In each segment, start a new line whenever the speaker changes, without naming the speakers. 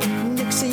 Jesse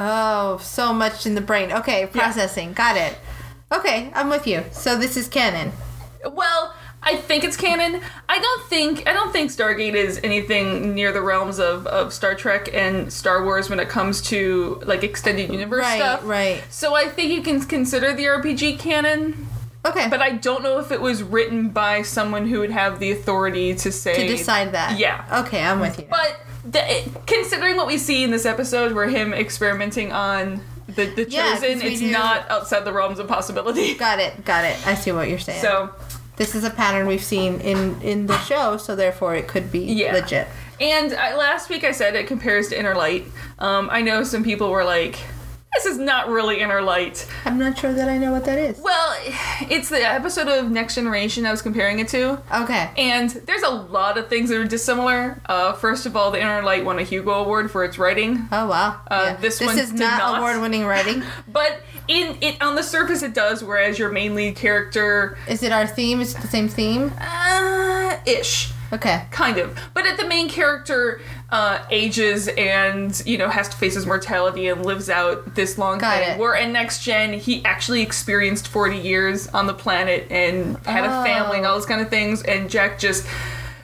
Oh, so much in the brain. Okay, processing. Got it. Okay, I'm with you. So this is canon.
Well, I think it's canon. I don't think I don't think Stargate is anything near the realms of, of Star Trek and Star Wars when it comes to like extended universe
Right,
stuff.
right.
So I think you can consider the RPG canon,
Okay,
but I don't know if it was written by someone who would have the authority to say
to decide that.
Yeah.
Okay, I'm with you.
But the, it- considering what we see in this episode, where him experimenting on the the
Yeah, 'cause
chosen,
we
it's
do-
not outside the realms of possibility.
got it. Got it. I see what you're saying.
So.
this is a pattern we've seen in in the show, so therefore it could be
Yeah.
legit.
And I, last week I said it compares to Inner Light. Um, I know some people were like, this is not really Inner Light.
I'm not sure that I know what that is.
Well, it's the episode of Next Generation I was comparing it to.
Okay.
And there's a lot of things that are dissimilar. Uh, first of all, the Inner Light won a Hugo Award for its writing.
Oh wow.
Uh, this one
is
did
not,
not.
award-winning writing.
But in it on the surface it does, whereas your main lead character
is it our theme? Is it the same theme?
uh, ish.
Okay.
kind of but if the main character uh, ages and you know has to face his mortality and lives out this long
Got
thing
it.
where in next gen he actually experienced 40 years on the planet and had
Oh.
a family and all those kind of things and jack just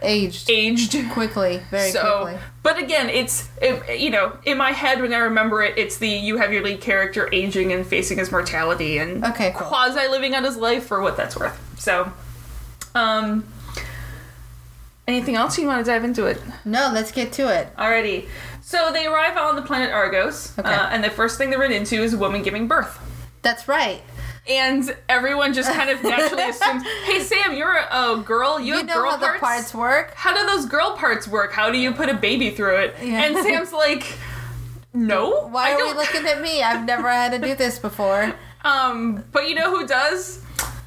Aged
aged
quickly, very
so
quickly.
but again it's it, you know in my head when i remember it it's the you have your lead character aging and facing his mortality and
Okay, cool.
quasi living out his life for what that's worth so um anything else you want to dive into it
No, let's get to it.
Alrighty. So they arrive on the planet Argos,
Okay.
uh, and the first thing they run into is a woman giving birth.
That's right.
And everyone just kind of naturally assumes, "Hey Sam, you're a, a girl. You,
You
have
know
girl
how
parts.
the parts work.
how do those girl parts work? How do you put a baby through it?"
Yeah.
And Sam's like, "No,
Why
I
are we
don't."
looking at me? I've never had to do this before.
um, but you know who does?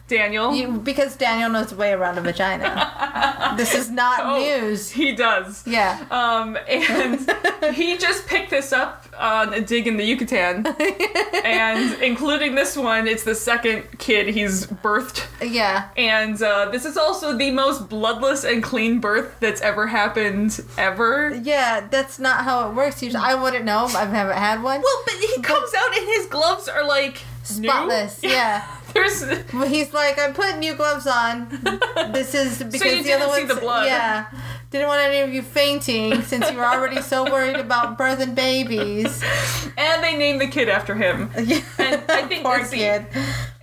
Daniel.
You, because Daniel knows the way around a vagina. this is not
Oh,
news.
He does.
Yeah.
Um, and he just picked this up on a dig in the Yucatan. and including this one, it's the second kid he's birthed.
Yeah.
And uh, this is also the most bloodless and clean birth that's ever happened, ever.
Yeah, that's not how it works. Usually, I wouldn't know. I haven't had one.
Well, but he comes out and his gloves are like new.
Spotless. Yeah.
There's
Well, he's like, I'm putting new gloves on. This is because
you
the other
didn't see
ones,
the blood.
yeah, didn't want any of you fainting since you were already so worried about birthing babies.
and they named the kid after him. And I think
Poor
that's the-
kid.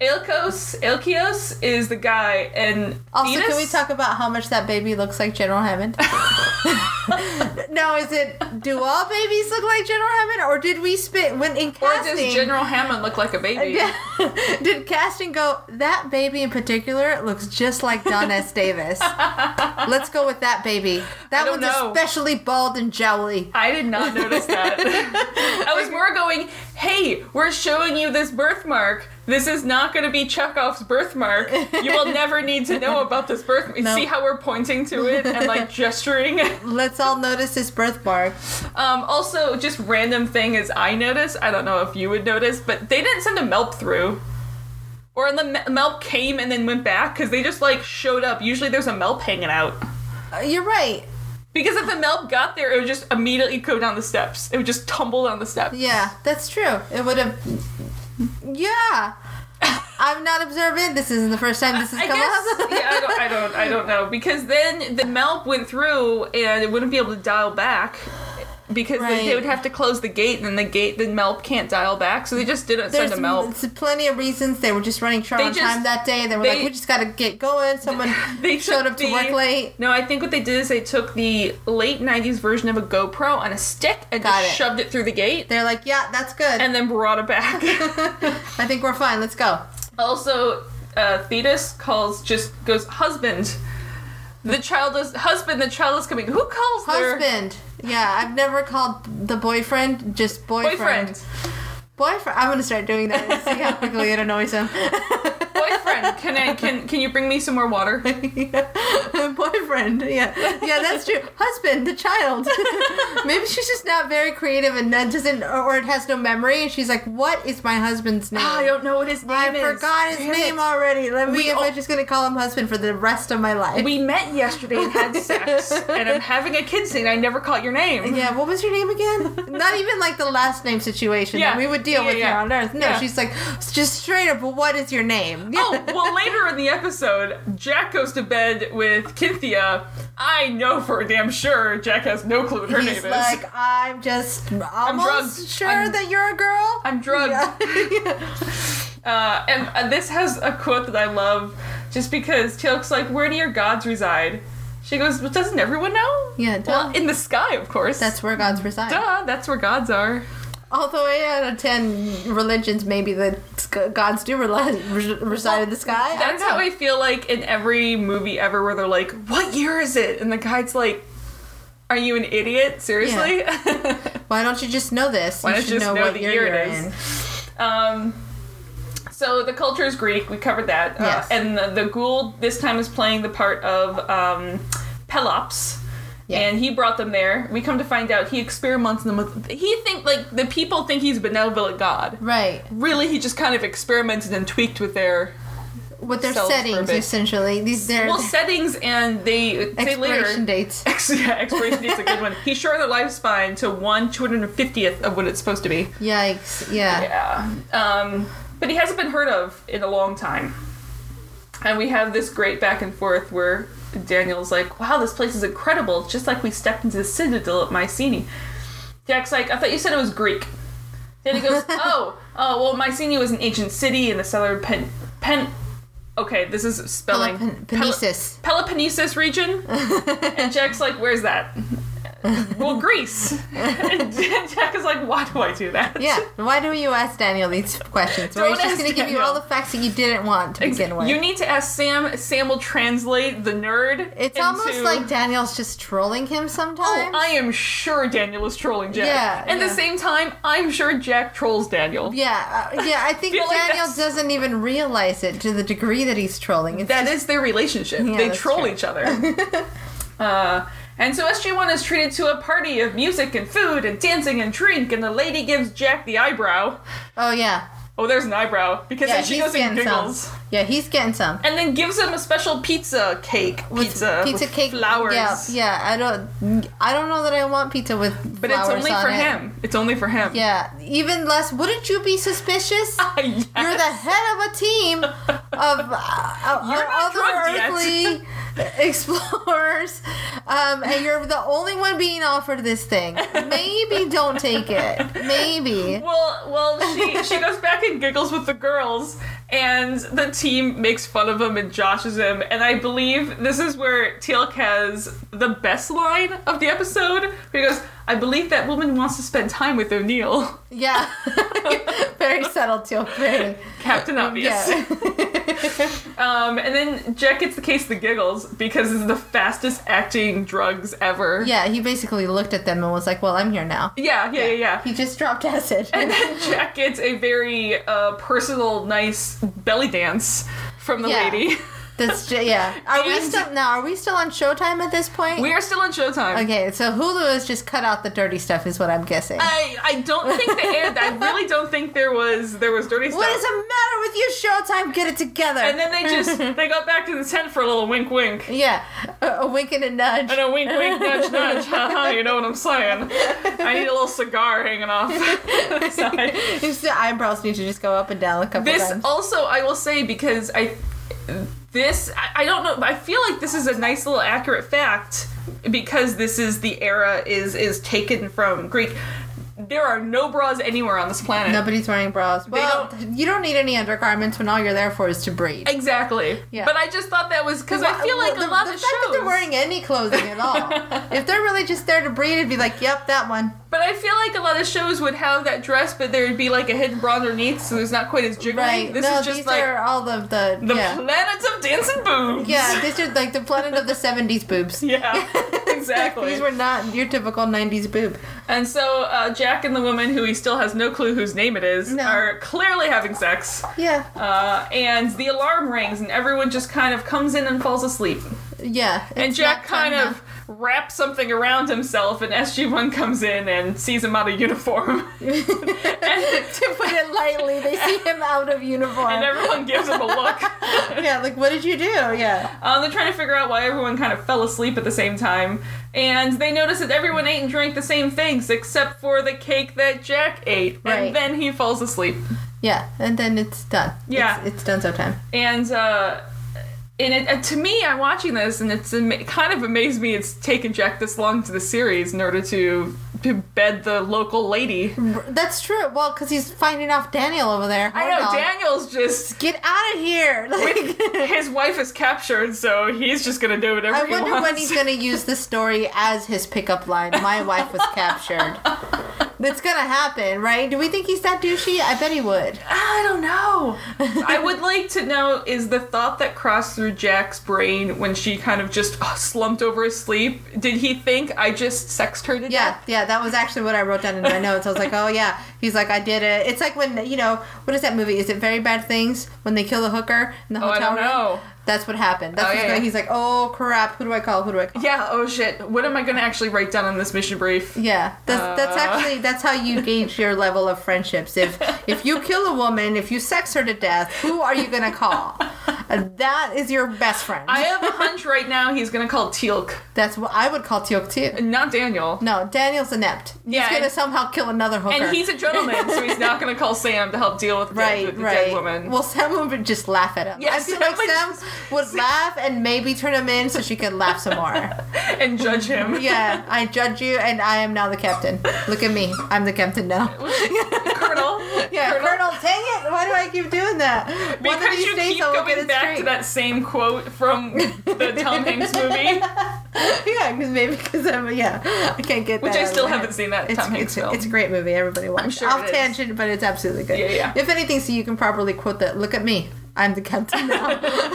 Ilkos Ilkios is the guy and
Also,
Venus-
can we talk about how much that baby looks like General Hammond? now, is it do all babies look like General Hammond, or did we spit when in
Or
casting?
does General Hammond look like a baby?
Yeah. Did casting go, that baby in particular looks just like Don S. Davis? Let's go with that baby. That
don't
one's
know.
especially bald and jowly.
I did not notice that. I was more going, hey, we're showing you this birthmark. This is not going to be Chekhov's birthmark. You will never need to know about this birthmark. See how we're pointing to it and like gesturing.
Let's all notice this birthmark.
Um, also, just random thing is I noticed. I don't know if you would notice, but they didn't send a Melp through. Or the me- Melp came and then went back because they just like showed up. Usually there's a Melp hanging out.
Uh, You're right.
Because if the Melp got there, it would just immediately go down the steps. It would just tumble down the steps.
Yeah, that's true. It would have. Yeah. I'm not observant. This isn't the first time this has
I
come
guess.
up.
yeah, I don't, I don't, I don't know because then the Melp went through and it wouldn't be able to dial back because they, they
Right.
would have to close the gate and then the gate, the Melp can't dial back, so they just didn't
There's
send a Melp.
it's plenty of reasons they were just running short
They
on
just-
time that day. They were
they-
like, we just got to get going. Someone
They
showed
took
up to
the-
work late.
No, I think what they did is they took the late '90s version of a GoPro on a stick and
Got
just
it.
shoved it through the gate.
They're like, yeah, that's good.
And then brought it back.
I think we're fine. Let's go.
also, uh, Thetis calls just goes husband. The child is husband. The child is coming. Who calls their
Husband. Yeah, I've never called the boyfriend just boyfriend.
boyfriend?
Boyfriend. I'm gonna start doing that and see how quickly it annoys him.
boyfriend can i can can you bring me some more water
boyfriend. Yeah, yeah, that's true. Husband, the child. Maybe she's just not very creative and that doesn't, or, or it has no memory. And she's like, "What is my husband's name?"
Ah, i don't know what his name
I
is
forgot his
Damn
name
it.
already. Let me.
We
if
all-
I'm just gonna call him husband for the rest of my life.
we met yesterday and had sex and i'm having a kid soon i never caught your name
Yeah, what was your name again? Not even like the last name situation
Yeah.
that we would deal
Yeah,
with
yeah.
here on Earth. No,
Yeah.
she's like, just straight up, what is your name? Yeah.
oh well later in the episode jack goes to bed with kinthia i know for damn sure jack has no clue what her
He's
name
like,
is
I'm just almost
drugged.
sure
I'm-
that you're a girl.
i'm drugged
Yeah.
Uh, and uh, this has a quote that I love just because Teal'c's like, Where do your gods reside? She goes, well, Doesn't everyone know?
Yeah,
Well,
duh.
in the sky, of course.
That's where gods reside.
duh, that's where gods are.
Although eight out of ten religions, maybe the sc- gods do reli- res- reside in the sky. I
That's
don't
how
know.
I feel like in every movie ever where they're like, What year is it? And the guy's like, Are you an idiot? Seriously?
Why don't you just know this?
Why
you
don't
should
you just
know,
know
what
the
year,
year
you're
it is?
in.
um, so the culture is Greek. We covered that.
Yes.
Uh, and the, the Gould this time is playing the part of um, Pelops.
Yeah.
And he brought them there. We come to find out he experiments them with. He think like the people think he's a benevolent god.
Right.
Really, he just kind of experimented and tweaked with their
what their
Self
settings
orbit.
essentially. These their
Well, settings and they say
expiration
later.
dates.
Ex- yeah, expiration date's a good one. He shortened the lifespan to one two hundred fiftieth of what it's supposed to be.
Yikes! Yeah.
Yeah. Um, but he hasn't been heard of in a long time. And we have this great back and forth where Daniel's like, wow, this place is incredible. It's just like we stepped into the citadel at Mycenae. Jack's like, I thought you said it was Greek. Then he goes, oh, oh, well, Mycenae was an ancient city in the southern Pen... Pen okay, this is spelling.
Pelopon- Penesis.
Pel- Peloponnesus region. and Jack's like, where's that? well, Greece. and Jack is like, why do I do that?
Yeah. Why do you ask Daniel these questions? Where
Don't
he's just
ask
going to give you
Daniel.
all the facts that you didn't want to
Ex-
begin with.
You need to ask Sam. Sam will translate the nerd.
it's
into-
almost like Daniel's just trolling him
Oh,
sometimes.
I am sure Daniel is trolling Jack.
Yeah,
At the
yeah.
same time, I'm sure Jack trolls Daniel.
yeah, uh, yeah. I think
Feel like
Daniel
that's-
doesn't even realize it to the degree that he's trolling. It's
That is their relationship.
Yeah,
they
that's
troll
true.
each other. uh, and so SG1 is treated to a party of music and food and dancing and drink, and the lady gives Jack the eyebrow.
oh yeah,
Oh, there's an eyebrow because
yeah.
then she goes and giggles.
some. Yeah, he's getting some.
And then gives him a special pizza cake.
With
Pizza.
pizza
with
cake,
Flowers.
Yeah, yeah. I don't, I don't know that I want pizza with flowers
But it's only
on
for
it.
him. It's only for him.
Yeah, even less. Wouldn't you be suspicious?
Yes.
You're the head of a team of uh,
You're not
other
drugged yet.
earthly explorers, um, and you're the only one being offered this thing. Maybe don't take it. Maybe.
Well, well, she she goes back and giggles with the girls, and the team makes fun of him and joshes him. And I believe this is where Teal'c has the best line of the episode. Where he goes, "I believe that woman wants to spend time with O'Neill,
Yeah, very subtle too. Very.
Captain Obvious."
Uh, Yeah.
Um, and then Jack gets the case of the giggles because it's the fastest acting drugs ever.
yeah, he basically looked at them and was like, "Well, I'm here now."
yeah, yeah, yeah. yeah.
He just dropped acid.
And then Jack gets a very uh, personal, nice belly dance from the
Yeah.
lady.
That's ju- yeah. Are we
And-
still now? Are we still on Showtime at this point?
We are still on Showtime.
okay, so Hulu has just cut out the dirty stuff, is what I'm guessing.
I, I don't think they aired that. I really don't think there was there was dirty stuff.
what is the matter with you, Showtime? Get it together.
and then they just they got back to the tent for a little wink wink.
yeah, a, a wink and a nudge.
And a wink wink nudge nudge. Haha, you know what I'm saying. I need a little cigar hanging off the side.
Just the eyebrows need to just go up and down a couple
This
times.
also I will say because I this I, I don't know I feel like this is a nice little accurate fact because this is the era is is taken from Greek. There are no bras anywhere on this planet.
Nobody's wearing bras. Well,
don't-
you don't need any undergarments when all you're there for is to breathe.
Exactly.
Yeah.
But I just thought that was because I feel
Well,
like
the,
a lot
the
of
fact that
shows.
they're wearing any clothing at all. if they're really just there to breathe, it'd be like, yep, that one.
but I feel like a lot of shows would have that dress, but there would be like a hidden bra underneath, so it's not quite as jiggly.
Right.
This
no,
is just
these
like
are all of the
the
yeah.
planets of dance and boobs.
Yeah, these are like the planet of the 70s boobs.
Yeah, exactly.
these were not your typical 90s boob.
and so uh, Jack and the woman, who he still has no clue whose name it is,
No.
are clearly having sex.
Yeah.
Uh, and the alarm rings, and everyone just kind of comes in and falls asleep.
Yeah.
and
it's
Jack
not fun
kind of wraps something around himself, and SG1 comes in and sees him out of uniform.
enough. to put it lightly, they see him out of uniform.
and everyone gives him a look.
yeah, like, what did you do? Yeah.
Um, they're trying to figure out why everyone kind of fell asleep at the same time. And they notice that everyone ate and drank the same things except for the cake that Jack ate.
Right.
And then he falls asleep.
Yeah, and then it's done.
Yeah.
It's, it's done so time.
And, uh,. And it, uh, to me, I'm watching this, and it's ama- it kind of amazed me. It's taken Jack this long to the series in order to, to bed the local lady.
That's true. Well, because he's fighting off Daniel over there.
I
Hold
know
on.
Daniel's just
Get out of here. Like,
his wife is captured, so he's just gonna do whatever
I
he
wonder
wants.
when he's going to use this story as his pickup line. My wife was captured. That's going to happen, right? Do we think he's that douchey? I bet he would.
Ah, I don't know. I would like to know is the thought that crossed through Jack's brain when she kind of just uh, slumped over asleep, did he think I just sexed her to
Yeah,
death?
yeah, that was actually what I wrote down in my notes. I was like, oh yeah, he's like, I did it. It's like when you know what is that movie? Is it Very Bad Things when they kill the hooker in the
Oh, I
hotel
don't
room?
know.
That's what happened. That's
Oh,
what's
yeah,
going.
yeah.
He's like, oh crap, who do I call? Who do I call?
Yeah, oh shit. What am I gonna actually write down on this mission brief?
Yeah, that's that's
Uh.
actually that's how you gauge your level of friendships. If if you kill a woman, if you sex her to death, who are you gonna call? And that is your best friend.
I have a hunch right now he's gonna call Teal'c,
That's what I would call Teal'c too.
not Daniel.
No, Daniel's inept. He's
Yeah,
gonna
and-
somehow kill another hooker.
And he's a gentleman, so he's not gonna call Sam to help deal with the,
right,
dead, the
right.
dead woman.
Well, Sam would just laugh at him.
Yeah,
I feel
Sam
like
would
Sam would laugh and maybe turn him in so she could laugh some more.
and judge him.
yeah, I judge you, and I am now the captain. Look at me, I'm the captain now.
Colonel.
Yeah, Colonel, dang it! Why do I keep doing that? One of
Because
these
you
days
keep
I'll get
going
it
back
straight.
to that same quote from the Tom Hanks movie,
yeah, because maybe because I'm yeah, I can't get
which
that
I
out of
still
my head.
haven't seen that
It's,
Tom Hanks
it's,
film.
it's a great movie. Everybody watch.
sure
Off
it is.
tangent, but it's absolutely good.
Yeah, yeah.
If anything, so you can properly quote that. Look at me. I'm the captain now.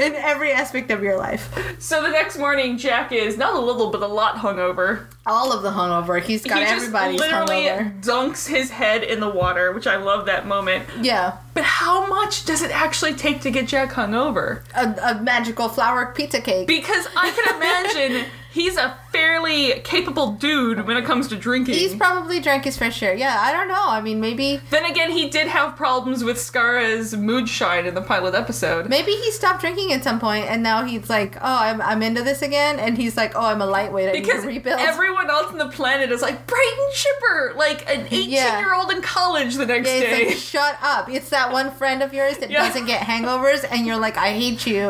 In every aspect of your life,
so the next morning, Jack is not a little but a lot hungover.
all of the hungover. He's got
he just
everybody's
literally
hungover.
dunks his head in the water, which I love that moment.
Yeah,
But how much does it actually take to get Jack hungover?
a, a magical flower pizza cake.
Because I can imagine he's a fairly capable dude when it comes to drinking.
He's probably drank his fair share. Yeah, I don't know. I mean, maybe
then again, he did have problems with Skara's moonshine in the pilot episode.
maybe he stopped drinking at some point, and now he's like, "Oh, I'm, I'm into this again," and he's like, "Oh, I'm a lightweight. I
Because
need to rebuild."
everyone else on the planet is like Brighton Chipper, like an
Yeah.
eighteen-year-old in college the next
yeah,
day.
it's like, shut up. It's that one friend of yours that
Yeah.
doesn't get hangovers, and you're like, I hate you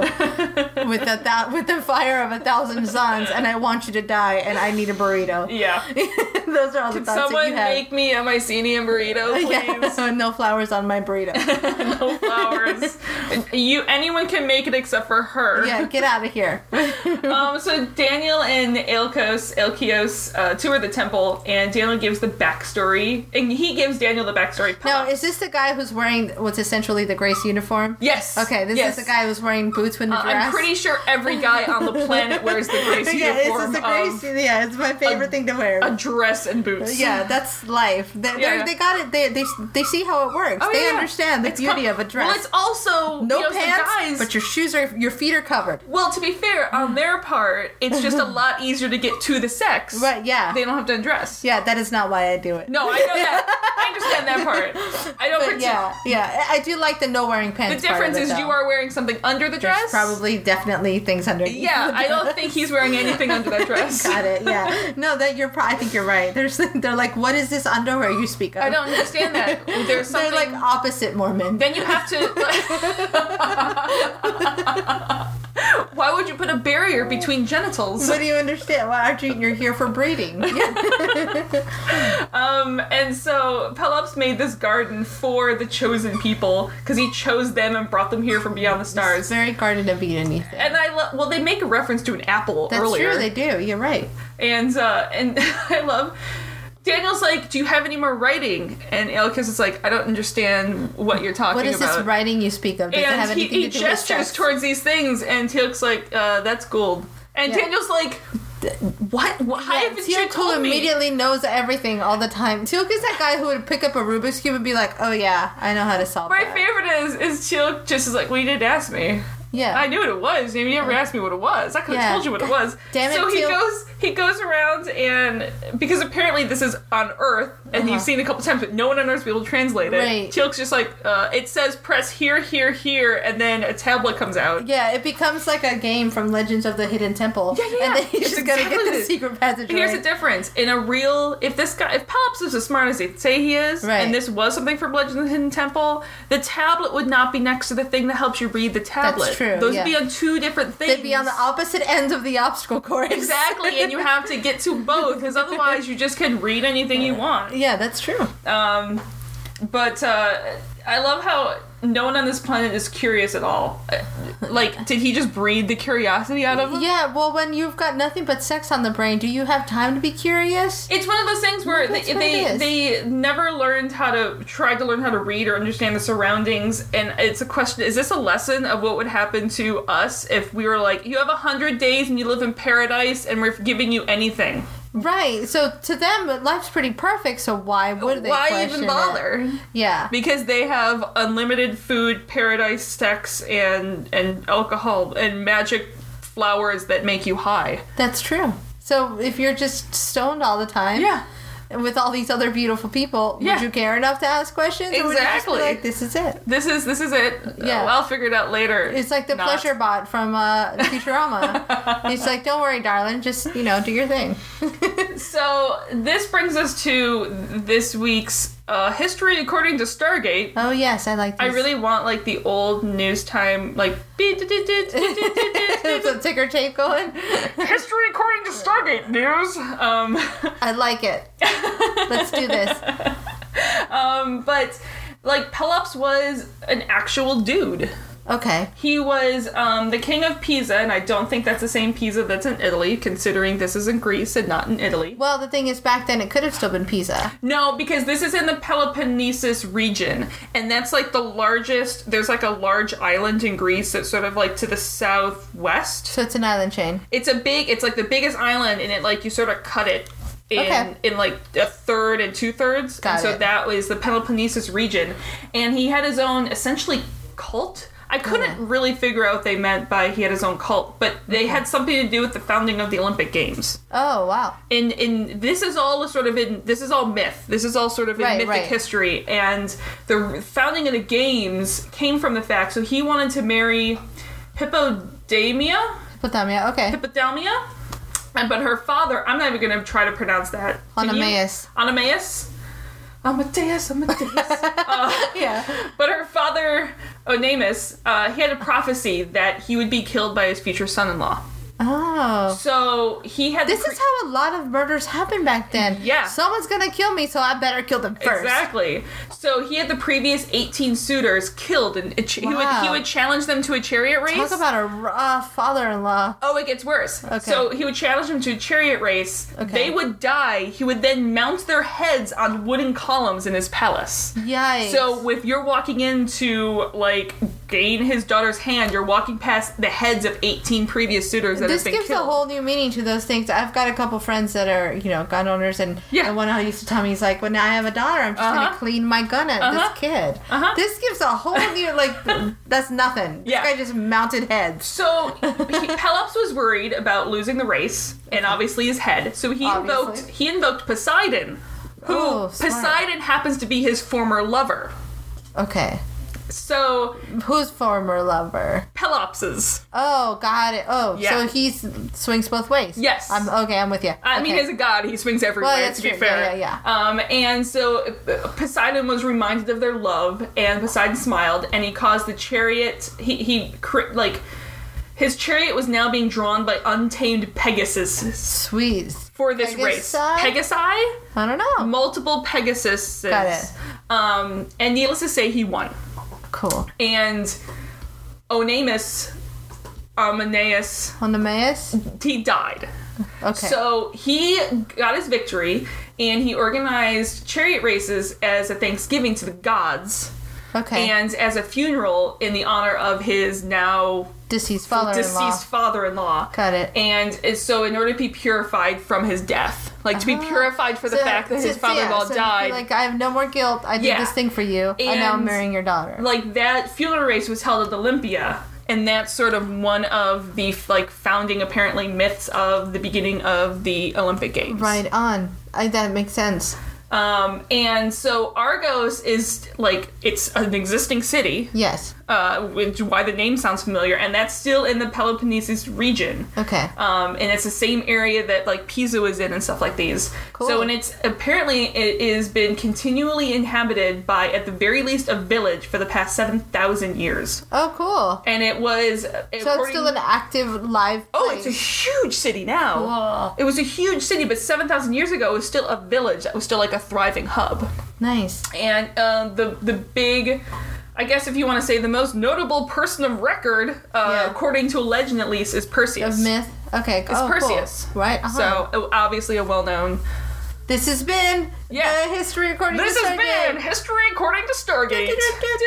with the thou- with the fire of a thousand suns, and I want you to die, and I need a burrito.
yeah.
Those are all the thoughts that
Someone
you have.
make me a mycenium burrito, please.
yeah, no flowers on my burrito.
no flowers. you anyone can make it except for her.
yeah, get out of here.
Um, so Daniel and Ilkos, Ilkios, uh, tour the temple, and Daniel gives the backstory, and he gives Daniel the backstory.
Now,
pop.
is this the guy who's wearing what's essentially the Grace uniform?
yes.
Okay, this
yes.
is the guy who's wearing boots with the
Uh,
dress.
I'm pretty sure every guy on the planet wears the grace
yeah, this
uniform
is the
of
Grace. Yeah, it's my favorite thing to wear.
um, a dress and boots. Oh,
yeah, that's life. They, they're
Yeah.
They got it. They, they, they see how it works.
Oh,
they
yeah, yeah.
understand the
It's
beauty
com-
of a dress.
Well, it's also
no
you know, some
pants,
guys-
but Mm. your shoes are your feet are covered.
well, to be fair, on their part, it's just a lot easier to get to the sex.
Right, yeah.
They don't have to undress.
Yeah, that is not why I do it.
No, I know that. I understand that part. I don't.
but
pretend-
yeah, yeah, I I do like the no wearing
The
pants. part of
difference
it,
is you
though.
are wearing something under the dress.
There's probably definitely things underneath.
Yeah,
the
I don't
dress.
think he's wearing anything under that dress.
Got it. Yeah, no, that you're. Pro- I think you're right. There's, they're like, what is this underwear you speak of?
I don't understand that. There's
They're
something.
like opposite Mormon.
then you have to. Why would you put a barrier between genitals?
What do you understand? Why aren't you? You're here for breeding.
Um, and so Pelops made this garden for the chosen people because he chose them and brought them here from beyond the
It's
stars.
very Garden of Eden. you think.
And I love. Well, they make a reference to an apple
That's
earlier.
true. They do. You're right.
And uh, and I love Daniel's like, do you have any more writing? And Elkis is like, I don't understand what you're talking
What is
about.
this writing you speak of? Does it have
and he,
anything
he
to do with
gestures
sex?
towards these things, and Teal'c's like, uh, that's gold. And
Yeah.
Daniel's like, what? what? How
Yeah,
haven't you
Teal'c who
told me?
immediately knows everything all the time. Teal'c is that guy who would pick up a Rubik's cube and be like, "Oh yeah, I know how to solve
My
that."
favorite is is Teal'c just is like, well, you didn't ask me.
yeah,
I knew what it was. You never asked me what it was. I could have
Yeah.
told you what it was.
Damn it,
so he
Teal.
goes he goes around and because apparently this is on Earth and you've seen it a couple times, but no one on Earth's be able to translate it.
Uh-huh. Right.
Teal'c's just like, uh, it says press here, here, here, and then a tablet comes out.
yeah. It becomes like a game from Legends of the Hidden Temple.
Yeah, yeah,
And
yeah.
then he's
It's
just gonna
exactly
get the
this.
secret passage.
Here's
right.
the difference. In a real, if this guy, if Pelops is as smart as they say he is,
Right.
and this was something from Legend of the Hidden Temple, the tablet would not be next to the thing that helps you read the tablet.
true,
Those
yeah.
would be on two different things.
They'd be on the opposite ends of the obstacle course.
Exactly, and you have to get to both because otherwise you just can read anything you want.
Yeah, that's true.
Um, but uh, I love how no one on this planet is curious at all. Uh, Like, did he just breed the curiosity out of him?
Yeah, well, when you've got nothing but sex on the brain, do you have time to be curious?
It's one of those things where
Maybe that's
they,
what it
they
is.
they never learned how to tried to learn how to read or understand the surroundings, and it's a question: Is this a lesson of what would happen to us if we were like, you have a hundred days and you live in paradise, and we're giving you anything?
Right. So to them, life's pretty perfect. So why would they?
Why
question
even
it?
bother?
Yeah.
because they have unlimited food, paradise, sex, and and alcohol and magic flowers that make you high.
That's true. So if you're just stoned all the time, with all these other beautiful people,
Yeah.
would you care enough to ask questions? Or would you just be
Exactly.
like, this is it.
This is this is it.
Yeah.
Oh, I'll figure it out later.
It's like the
Not.
pleasure bot from uh, Futurama. He's like, don't worry, darling. Just, you know, do your thing.
So this brings us to this week's uh, history according to Stargate.
oh, yes, I like
I
this.
really want like the old news time like beep, did, did, did, did, did, did, did, did.
There's a ticker tape going.
history according to Stargate news. Um,
I like it. Let's do this.
um, but like Pelops was an actual dude.
Okay.
He was um, the king of Pisa, and I don't think that's the same Pisa that's in Italy, considering this is in Greece and not in Italy.
Well, the thing is, back then it could have still been Pisa.
No, because this is in the Peloponnesus region, and that's like the largest. There's like a large island in Greece that's sort of like to the southwest.
So it's an island chain.
it's a big it's like the biggest island and it like you sort of cut it in
Okay.
in like a third and two thirds
Got
and so
it.
that was the peloponnesus region and he had his own essentially cult i couldn't
Mm-hmm.
really figure out what they meant by he had his own cult but they had something to do with the founding of the olympic games
Oh, wow.
in in this is all a sort of in this is all myth. This is all sort of in
Right,
mythic
right.
history, and the founding of the games came from the fact. So he wanted to marry Hippodamia,
Hippothamia. Okay.
Hippodamia. And but her father, I'm not even gonna try to pronounce that. Can you?
Onomaeus.
Onomaeus. Amadeus, Amadeus. uh,
yeah.
but her father, Onamus, uh, he had a prophecy that he would be killed by his future son-in-law.
Oh.
So he had
This is how a lot of murders happened back then.
Yeah.
Someone's gonna kill me, so I better kill them first.
Exactly. So he had the previous 18 suitors killed, and it, he would he
Wow.
would challenge them to a chariot race.
Talk about a raw father-in-law.
Oh, it gets worse.
Okay.
So he would challenge them to a chariot race.
Okay.
They would die. He would then mount their heads on wooden columns in his palace.
Yikes.
So if you're walking in to like gain his daughter's hand, you're walking past the heads of 18 previous suitors that
this
have been
gives
killed.
a whole new meaning to those things. I've got a couple friends that are, you know, gun owners, and,
Yeah.
and one I used to tell me, he's like, when I have a daughter, I'm just
Uh-huh.
gonna clean my gun at this kid.
Uh-huh.
This gives a whole new, like, that's nothing.
Yeah.
This guy just mounted heads.
So he, Pelops was worried about losing the race, and obviously his head. So he invoked
Obviously.
he invoked Poseidon, who
Oh, smart.
Poseidon happens to be his former lover.
Okay.
So
Who's former lover?
Pelops's.
Oh, got it. Oh,
Yeah.
so he s- swings both ways.
Yes.
I'm okay. I'm with you.
I mean,
Okay.
he's a god. He swings everywhere.
Well, that's
to be
true.
fair,
Yeah, yeah,
Um, and so uh, Poseidon was reminded of their love, and Poseidon smiled, and he caused the chariot. He he cr- like his chariot was now being drawn by untamed Pegasus
sweet.
for this
Pegasi?
race. Pegasi,
I don't know.
multiple Pegasus.
Got it.
Um, and needless to say, he won.
Cool.
And Onamus, Amaneus,
Onomaeus?
he died.
Okay.
So he got his victory and he organized chariot races as a thanksgiving to the gods
okay.
and as a funeral in the honor of his now
deceased father-in-law.
deceased father in law.
Got it.
And it's- so, in order to be purified from his death, like to be purified for the
Uh-huh. So-
fact that
so-
his
so
father in law
yeah, so you feel
died,
Like I have no more guilt. I did
Yeah.
this thing for you. I know I'm
And-
marrying your daughter.
like that funeral race was held at Olympia, and that's sort of one of the like founding apparently myths of the beginning of the Olympic Games.
right on. I, that makes sense.
Um, and so Argos is like it's an existing city,
Yes.
uh, which why the name sounds familiar, and that's still in the Peloponnesus region.
Okay.
Um, and it's the same area that like Pisa was in and stuff like these.
Cool.
So and it's apparently it is been continually inhabited by at the very least a village for the past seven thousand years,
oh, cool.
and it was. uh,
So it's still an active live.
Oh, it's
place.
a huge city now.
Whoa.
It was a huge city, but 7,000 years ago, it was still a village that was still like a thriving hub.
nice.
and um, the the big, I guess if you want to say the most notable person of record, uh,
Yeah.
according to a legend at least, is Perseus.
Of myth. Okay. It's oh, cool.
Perseus.
Right. uh
So o- obviously a well known.
this has been
Yeah.
the history according
This
to
has
Stargate.
been history according to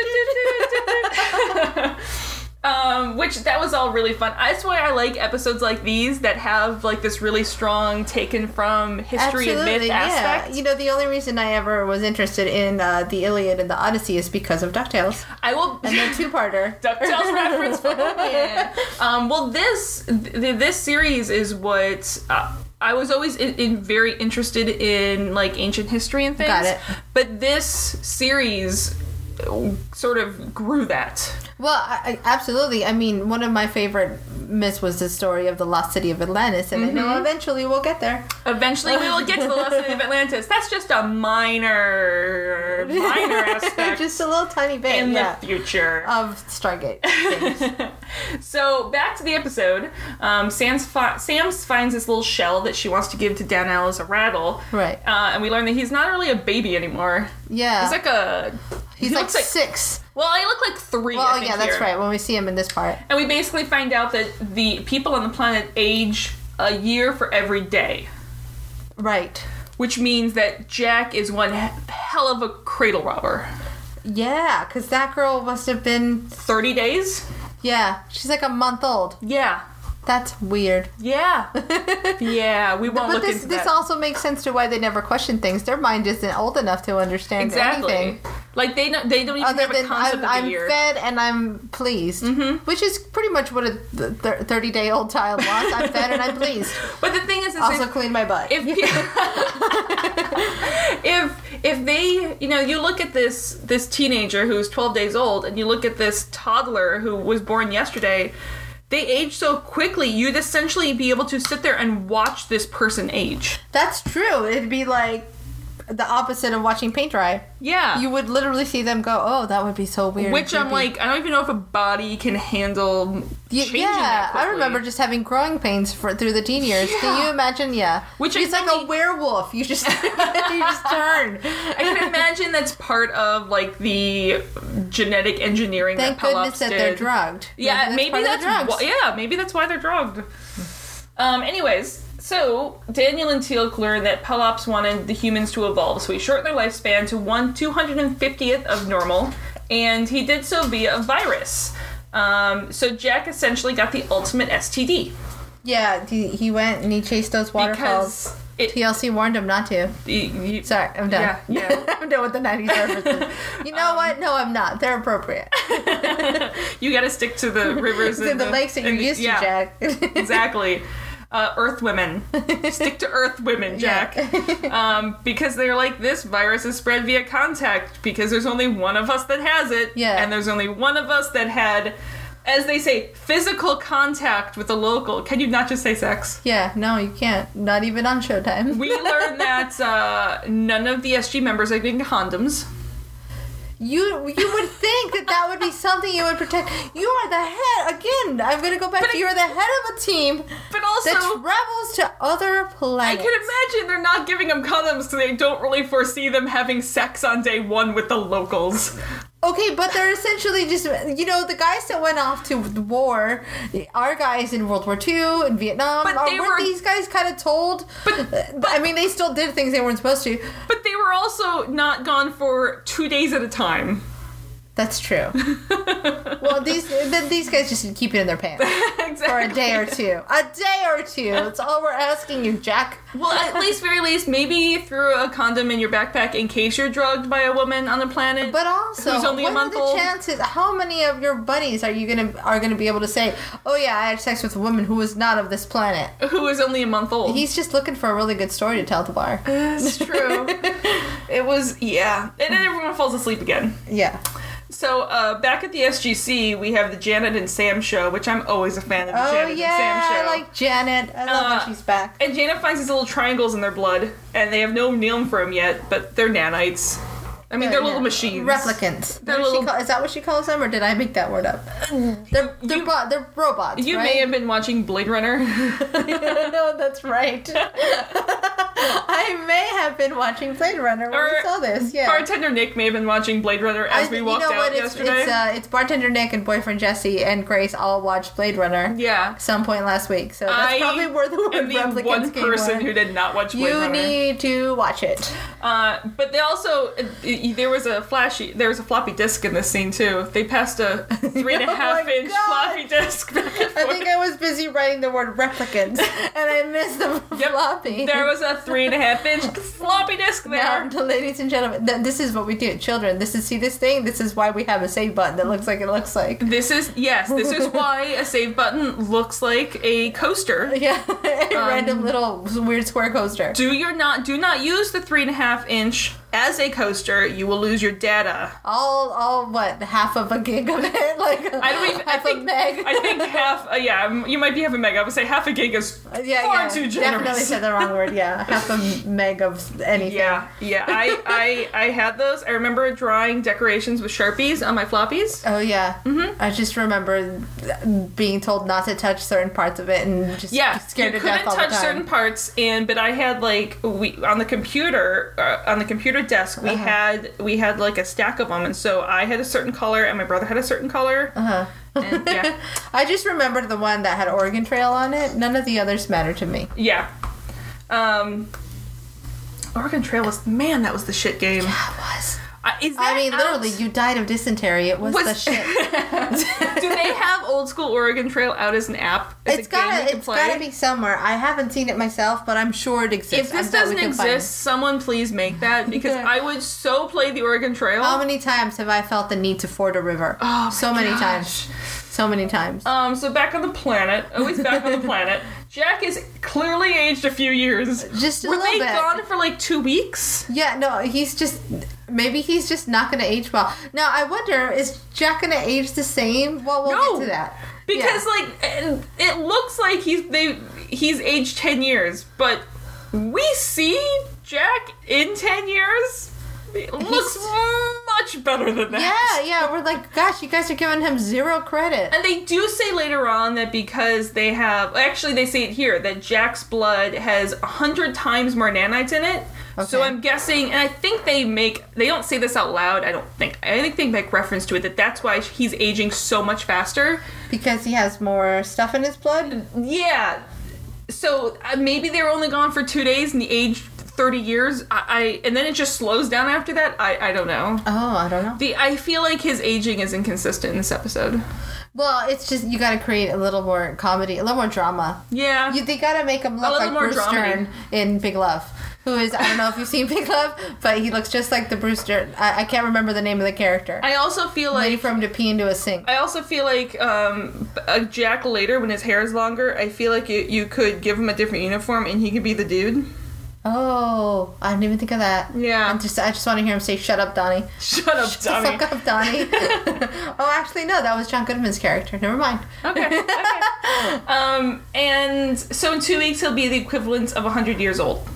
Stargate. Um, which that was all really fun. That's why I like episodes like these that have like this really strong taken from history and myth aspect.
You know, the only reason I ever was interested in uh, the Iliad and the Odyssey is because of Ducktales
I will
and their two-parter.
DuckTales reference for the win. Um, well, this th- this series is what uh, I was always in, in very interested in like ancient history and things.
Got it.
But this series uh, sort of grew that.
Well, I, I- absolutely. I mean, one of my favorite myths was the story of the lost city of Atlantis, and I know
Mm-hmm.
eventually we'll get there.
Eventually, we will get to the lost city of Atlantis. That's just a minor, minor aspect
Just a little tiny bit
in
yeah,
the future.
of Stargate. things.
So back to the episode. Um, Sam's fi- Sam's finds this little shell that she wants to give to Dan Al as a rattle.
Right.
Uh, and we learn that he's not really a baby anymore.
yeah,
He's like a.
he's
he
like
looks like-
six.
Well, he looked like three.
Well,
I
oh
think,
yeah, that's
here.
right. When we see him in this part,
And we basically find out that the people on the planet age a year for every day,
right?
which means that Jack is one he- hell of a cradle robber.
Yeah, because that girl must have been.
Thirty days.
Yeah, she's like a month old.
Yeah.
That's weird.
Yeah. yeah. We won't
But
look
this
into
this
that.
also makes sense to why they never question things. Their mind isn't old enough to understand
Exactly.
anything.
Like they don't, they don't even
Other
have a
than
concept of
I'm,
the
I'm
year. Mm-hmm.
fed and I'm pleased, which is pretty much what a thirty day old child wants. I'm fed and I'm pleased.
But the thing is, is
Also
if,
clean my butt.
if pe- if if they, you know, you look at this this teenager who's 12 days old, and you look at this toddler who was born yesterday. They age so quickly. You'd essentially be able to sit there and watch this person age.
That's true. It'd be like the opposite of watching paint dry.
Yeah.
You would literally see them go, "Oh, that would be so weird." and
which I'm
creepy."
like, I don't even know if a body can handle
Y-
changing
yeah,
that
I
quickly.
remember just having growing pains for through the teen years. Can
Yeah.
you imagine? Yeah,
Which
it's
is
like
only-
a werewolf. You just you just turn.
I can imagine that's part of like the genetic engineering.
Thank
that Pavlov's
goodness that they're
did.
drugged.
Yeah, maybe
part of
that's,
the
why, yeah, maybe that's why they're drugged. Um, anyways, so Daniel and Teal'c learn that Pelops wanted the humans to evolve, so he shortened their lifespan to one two hundred and fiftieth of normal, and he did so via a virus. Um, so Jack essentially got the ultimate STD
Yeah, he, he went and he chased those waterfalls.
because it.
TLC warned him not to.
y- y-
Sorry, I'm done.
Yeah, Um, yeah.
I'm done with the 90s references. You know what? No, I'm not. They're appropriate.
you got to stick to the rivers
To
and
the lakes that you're
and the-
used to,
yeah.
Jack.
exactly. Uh, earth women. Stick to earth women, Jack. um, because they're like, this virus is spread via contact because there's only one of us that has it.
Yeah.
And there's only one of us that had, as they say, physical contact with a local. Can you not just say sex?
yeah, no, you can't. Not even on Showtime.
We learned that uh, none of the SG members are getting condoms.
you you would think that that would be something you would protect. You are the head again. I'm gonna go back
But
to
it-
you are the head of a team
But also,
that travels to other
I
planets.
can imagine they're not giving them condoms because they don't really foresee them having sex on day one with the locals.
Okay, but they're essentially just you know the guys that went off to the war, our guys in World War II and Vietnam.
But
are-
they
weren't
were-
these guys kind of told? Uh,
But-
I mean, they still did things they weren't supposed to.
But they were also not gone for two days at a time.
That's true. well, these then these guys just keep it in their pants
exactly.
for a day or two. A day or two. That's all we're asking you, Jack.
Well, at least, very least, maybe throw a condom in your backpack in case you're drugged by a woman on the planet.
But also,
Who's only a
what are
month
the
old?
chances? How many of your buddies are you gonna are gonna be able to say, "Oh yeah, I had sex with a woman who was not of this planet"?
who is only a month old?
He's just looking for a really good story to tell at the bar.
That's true. it was, yeah. And then everyone falls asleep again.
Yeah.
So, uh, back at the SGC, we have the Janet and Sam show, which I'm always a fan of the
Oh
Janet
yeah,
and Sam show.
I like Janet. I love
Uh,
when she's back.
and Janet finds these little triangles in their blood, and they have no name for them yet, but they're nanites. I mean, they're
Yeah,
little
yeah.
machines.
Replicants.
They're
What does she
little-
call- is that what she calls them, or did I make that word up? They're they're,
you-
bo- they're robots.
You
right?
may have been watching Blade Runner.
no, that's right. I may have been watching Blade Runner when
Or
we Oh, saw this. Yeah.
Bartender Nick may have been watching Blade Runner as
I-
we walked out
It's,
yesterday.
it's, uh, it's bartender Nick and boyfriend Jesse and Grace all watched Blade Runner.
yeah.
Some point last week, so that's
I
probably where the word
am the
replicants
one
came
person
from.
who did not watch Blade
You
Runner.
need to watch it.
uh, but they also uh, y- there was a flashy there was a floppy disk in this scene too. They passed a three and a
Oh
half
my
inch
God.
floppy disk. back and
I
forth.
think I was busy writing the word replicants and I missed the
Yep.
floppy.
There was a three and a half inch floppy disk
Now,
there.
ladies and gentlemen, th- this is what we do, children. This is see this thing. This is why we have a save button that looks like it looks like.
This is yes. This is why a save button looks like a coaster.
Yeah, a
Um,
random little weird square coaster.
Do your not do not use the three and a half inch as a coaster. You will lose your data.
All, all what half of a gig of it? Like
I don't even. I
half
think
a meg.
I think half. Uh, yeah, um, you might be half a meg. I would say half a gig is
Uh, yeah,
far
yeah,
too
Definitely
generous.
said the wrong word. Yeah, half a meg of anything.
yeah, yeah. I, I I had those. I remember drawing decorations with sharpies on my floppies.
Oh yeah. Mm-hmm. I just remember th- being told not to touch certain parts of it and just
Yeah,
scared
you
to death
couldn't
all
touch
the time.
certain parts, and but I had like we on the computer uh, on the computer desk we
Uh-huh.
had we had like a stack of them, and so I had a certain color, and my brother had a certain color.
Uh-huh.
Uh huh. Yeah,
I just remembered the one that had Oregon Trail on it. None of the others matter to me.
yeah. Um, Oregon Trail was man, that was the shit game.
That was.
Uh, is that
I mean,
out?
literally, you died of dysentery. It was,
Was-
the shit.
Do they have old school Oregon Trail out as an app? As
It's
a game we
gotta,
can
it's
play?
gotta be somewhere. I haven't seen it myself, but I'm sure it exists.
If this
I bet we
doesn't
can find it.
exist, someone please make that because I would so play the Oregon Trail.
how many times have I felt the need to ford a river?
Oh, my
so many
gosh.
times. So many times.
Um, so back on the planet, always back on the planet. Jack is clearly aged a few years.
Just a
Were
little
they
bit.
gone for like two weeks?
Yeah, no, he's just maybe he's just not gonna age well. Now I wonder, is Jack gonna age the same? Well, we'll
No,
get to that
Because
Yeah.
like it- it looks like he's they he's aged ten years, but we see Jack in ten years. It looks much better than that.
yeah, yeah, we're like, gosh, you guys are giving him zero credit.
And they do say later on that because they have actually they say it here that Jack's blood has a hundred times more nanites in it. So
Okay.
I'm guessing, and I think they make they don't say this out loud. I don't think I think they make reference to it that that's why he's aging so much faster.
Because he has more stuff in his blood.
Yeah. So uh, maybe they were only gone for two days and he aged thirty years. I, I and then it just slows down after that. I I don't know.
Oh, I don't know.
The I feel like his aging is inconsistent in this episode.
Well, it's just you gotta create a little more comedy, a little more drama.
Yeah.
You, they gotta make him look
little
like
more
Bruce
dramedy.
Stern in Big Love, who is I don't know if you've seen Big Love, but he looks just like the Bruce Stern. I, I can't remember the name of the character.
I also feel
Lady
like
from to pee into a sink.
I also feel like um, uh, Jack later, when his hair is longer, I feel like you, you could give him a different uniform and he could be the dude.
Oh, I didn't even think of that.
Yeah.
I just, I just want to hear him say, "Shut up, Donnie."
Shut up,
Shut
dummy.
the fuck up, Donnie. oh, actually, no, that was John Goodman's character. Never mind.
Okay. okay. um, and so in two weeks, he'll be the equivalent of 100 years old.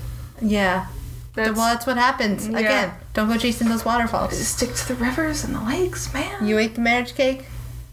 Yeah.
That's,
well, that's what happens. Again, don't go chasing those waterfalls.
Stick to the rivers and the lakes, man.
You ate the marriage cake,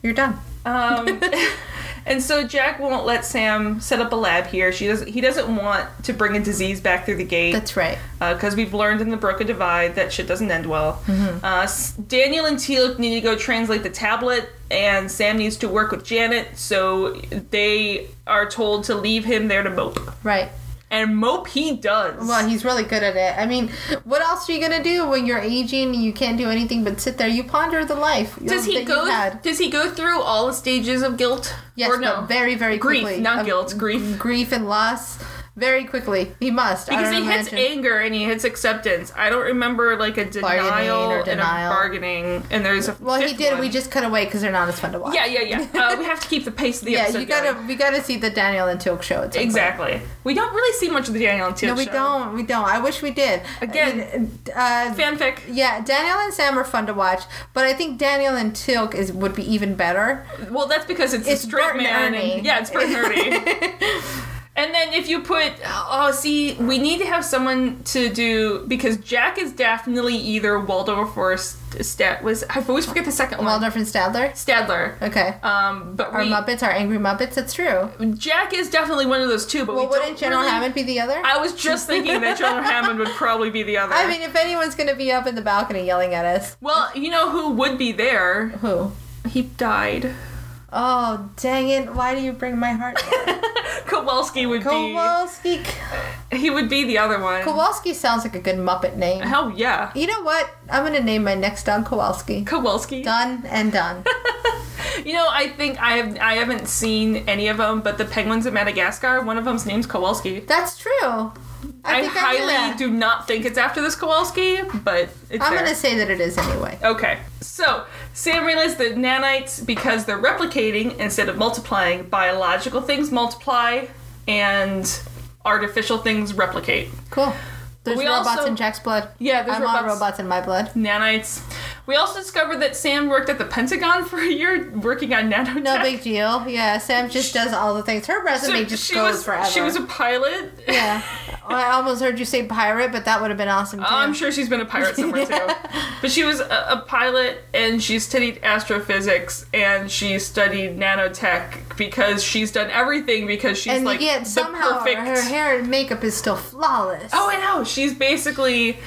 you're done.
Um, and so Jack won't let Sam set up a lab here. She doesn't. He doesn't want to bring a disease back through the gate.
That's right.
because Uh, we've learned in the Broca Divide that shit doesn't end well.
Mm-hmm.
Uh, S- Daniel and Teal need to go translate the tablet, and Sam needs to work with Janet, so they are told to leave him there to mope.
Right.
And mope he does.
Well, he's really good at it. I mean, what else are you gonna do when you're aging and you can't do anything but sit there? You ponder the life.
does
that
he
you
go?
had.
Does he go through all the stages of guilt?
Yes,
or no?
but very, very
grief,
quickly. Um, mm,
not
Of
guilt, grief.
grief and loss, very quickly. He must. I
Because
don't
he hits
imagine.
anger and he hits acceptance. I don't remember like a
Bargaining
denial
or
and a
denial.
bargaining. And there's a
Well, he
fifth
did.
one.
We just cut away because they're not as fun to watch.
yeah, yeah, yeah. Uh, we have to keep the pace of the
yeah.
episode.
You
going.
gotta, we gotta see the Daniel and Teal'c show. At some
Exactly. We don't really see much of the Daniel and Teal
Point. No, we
show.
don't. We don't. I wish we did.
Again,
uh,
Fanfic.
yeah, Daniel and Sam are fun to watch, but I think Daniel and Teal'c is would be even better.
Well, that's because it's,
It's
a straight
Bert and
man.
Ernie.
yeah, it's Bert and Ernie. And then if you put, oh, see, we need to have someone to do because Jack is definitely either Waldorf or St- Stat was I always forget the second one.
Waldorf and Stadler.
Stadler.
Okay.
Um, but
our
we,
Muppets, our Angry Muppets. It's true.
Jack is definitely one of those two. But
Well,
we
wouldn't
don't
General
really-
Hammond be the other?
I was just thinking that General Hammond would probably be the other.
I mean, if anyone's gonna be up in the balcony yelling at us,
well, you know who would be there?
who?
He died.
Oh, dang it! Why do you bring my heart?
Kowalski would
Kowalski.
be. He would be the other one.
Kowalski sounds like a good Muppet name.
Hell yeah.
You know what? I'm gonna name my next dog Kowalski.
Kowalski.
Done and done.
You know, I think I have I haven't seen any of them, but the penguins of Madagascar, one of them's name's Kowalski.
That's true.
I,
think I'm
highly
gonna-
do not think it's after this Kowalski, but it's
I'm
there.
gonna say that it is anyway.
Okay. So, Sam realized that nanites, because they're replicating instead of multiplying, biological things multiply and artificial things replicate.
Cool. There's
We
robots
also-
in Jack's blood.
Yeah, there's
I'm on
robots-
robots in my blood.
Nanites. We also discovered that Sam worked at the Pentagon for a year working on nanotech.
No big deal. Yeah, Sam just does all the things. Her
So
resume just
she
goes
was,
forever.
She was a pilot.
yeah. I almost heard you say pirate, but that would have been awesome too.
Oh, I'm sure she's been a pirate somewhere too. But she was a, a pilot and she studied astrophysics and she studied nanotech because she's done everything because she's
and
like
yet
the
somehow
perfect.
her hair and makeup is still flawless.
Oh, I know. She's basically.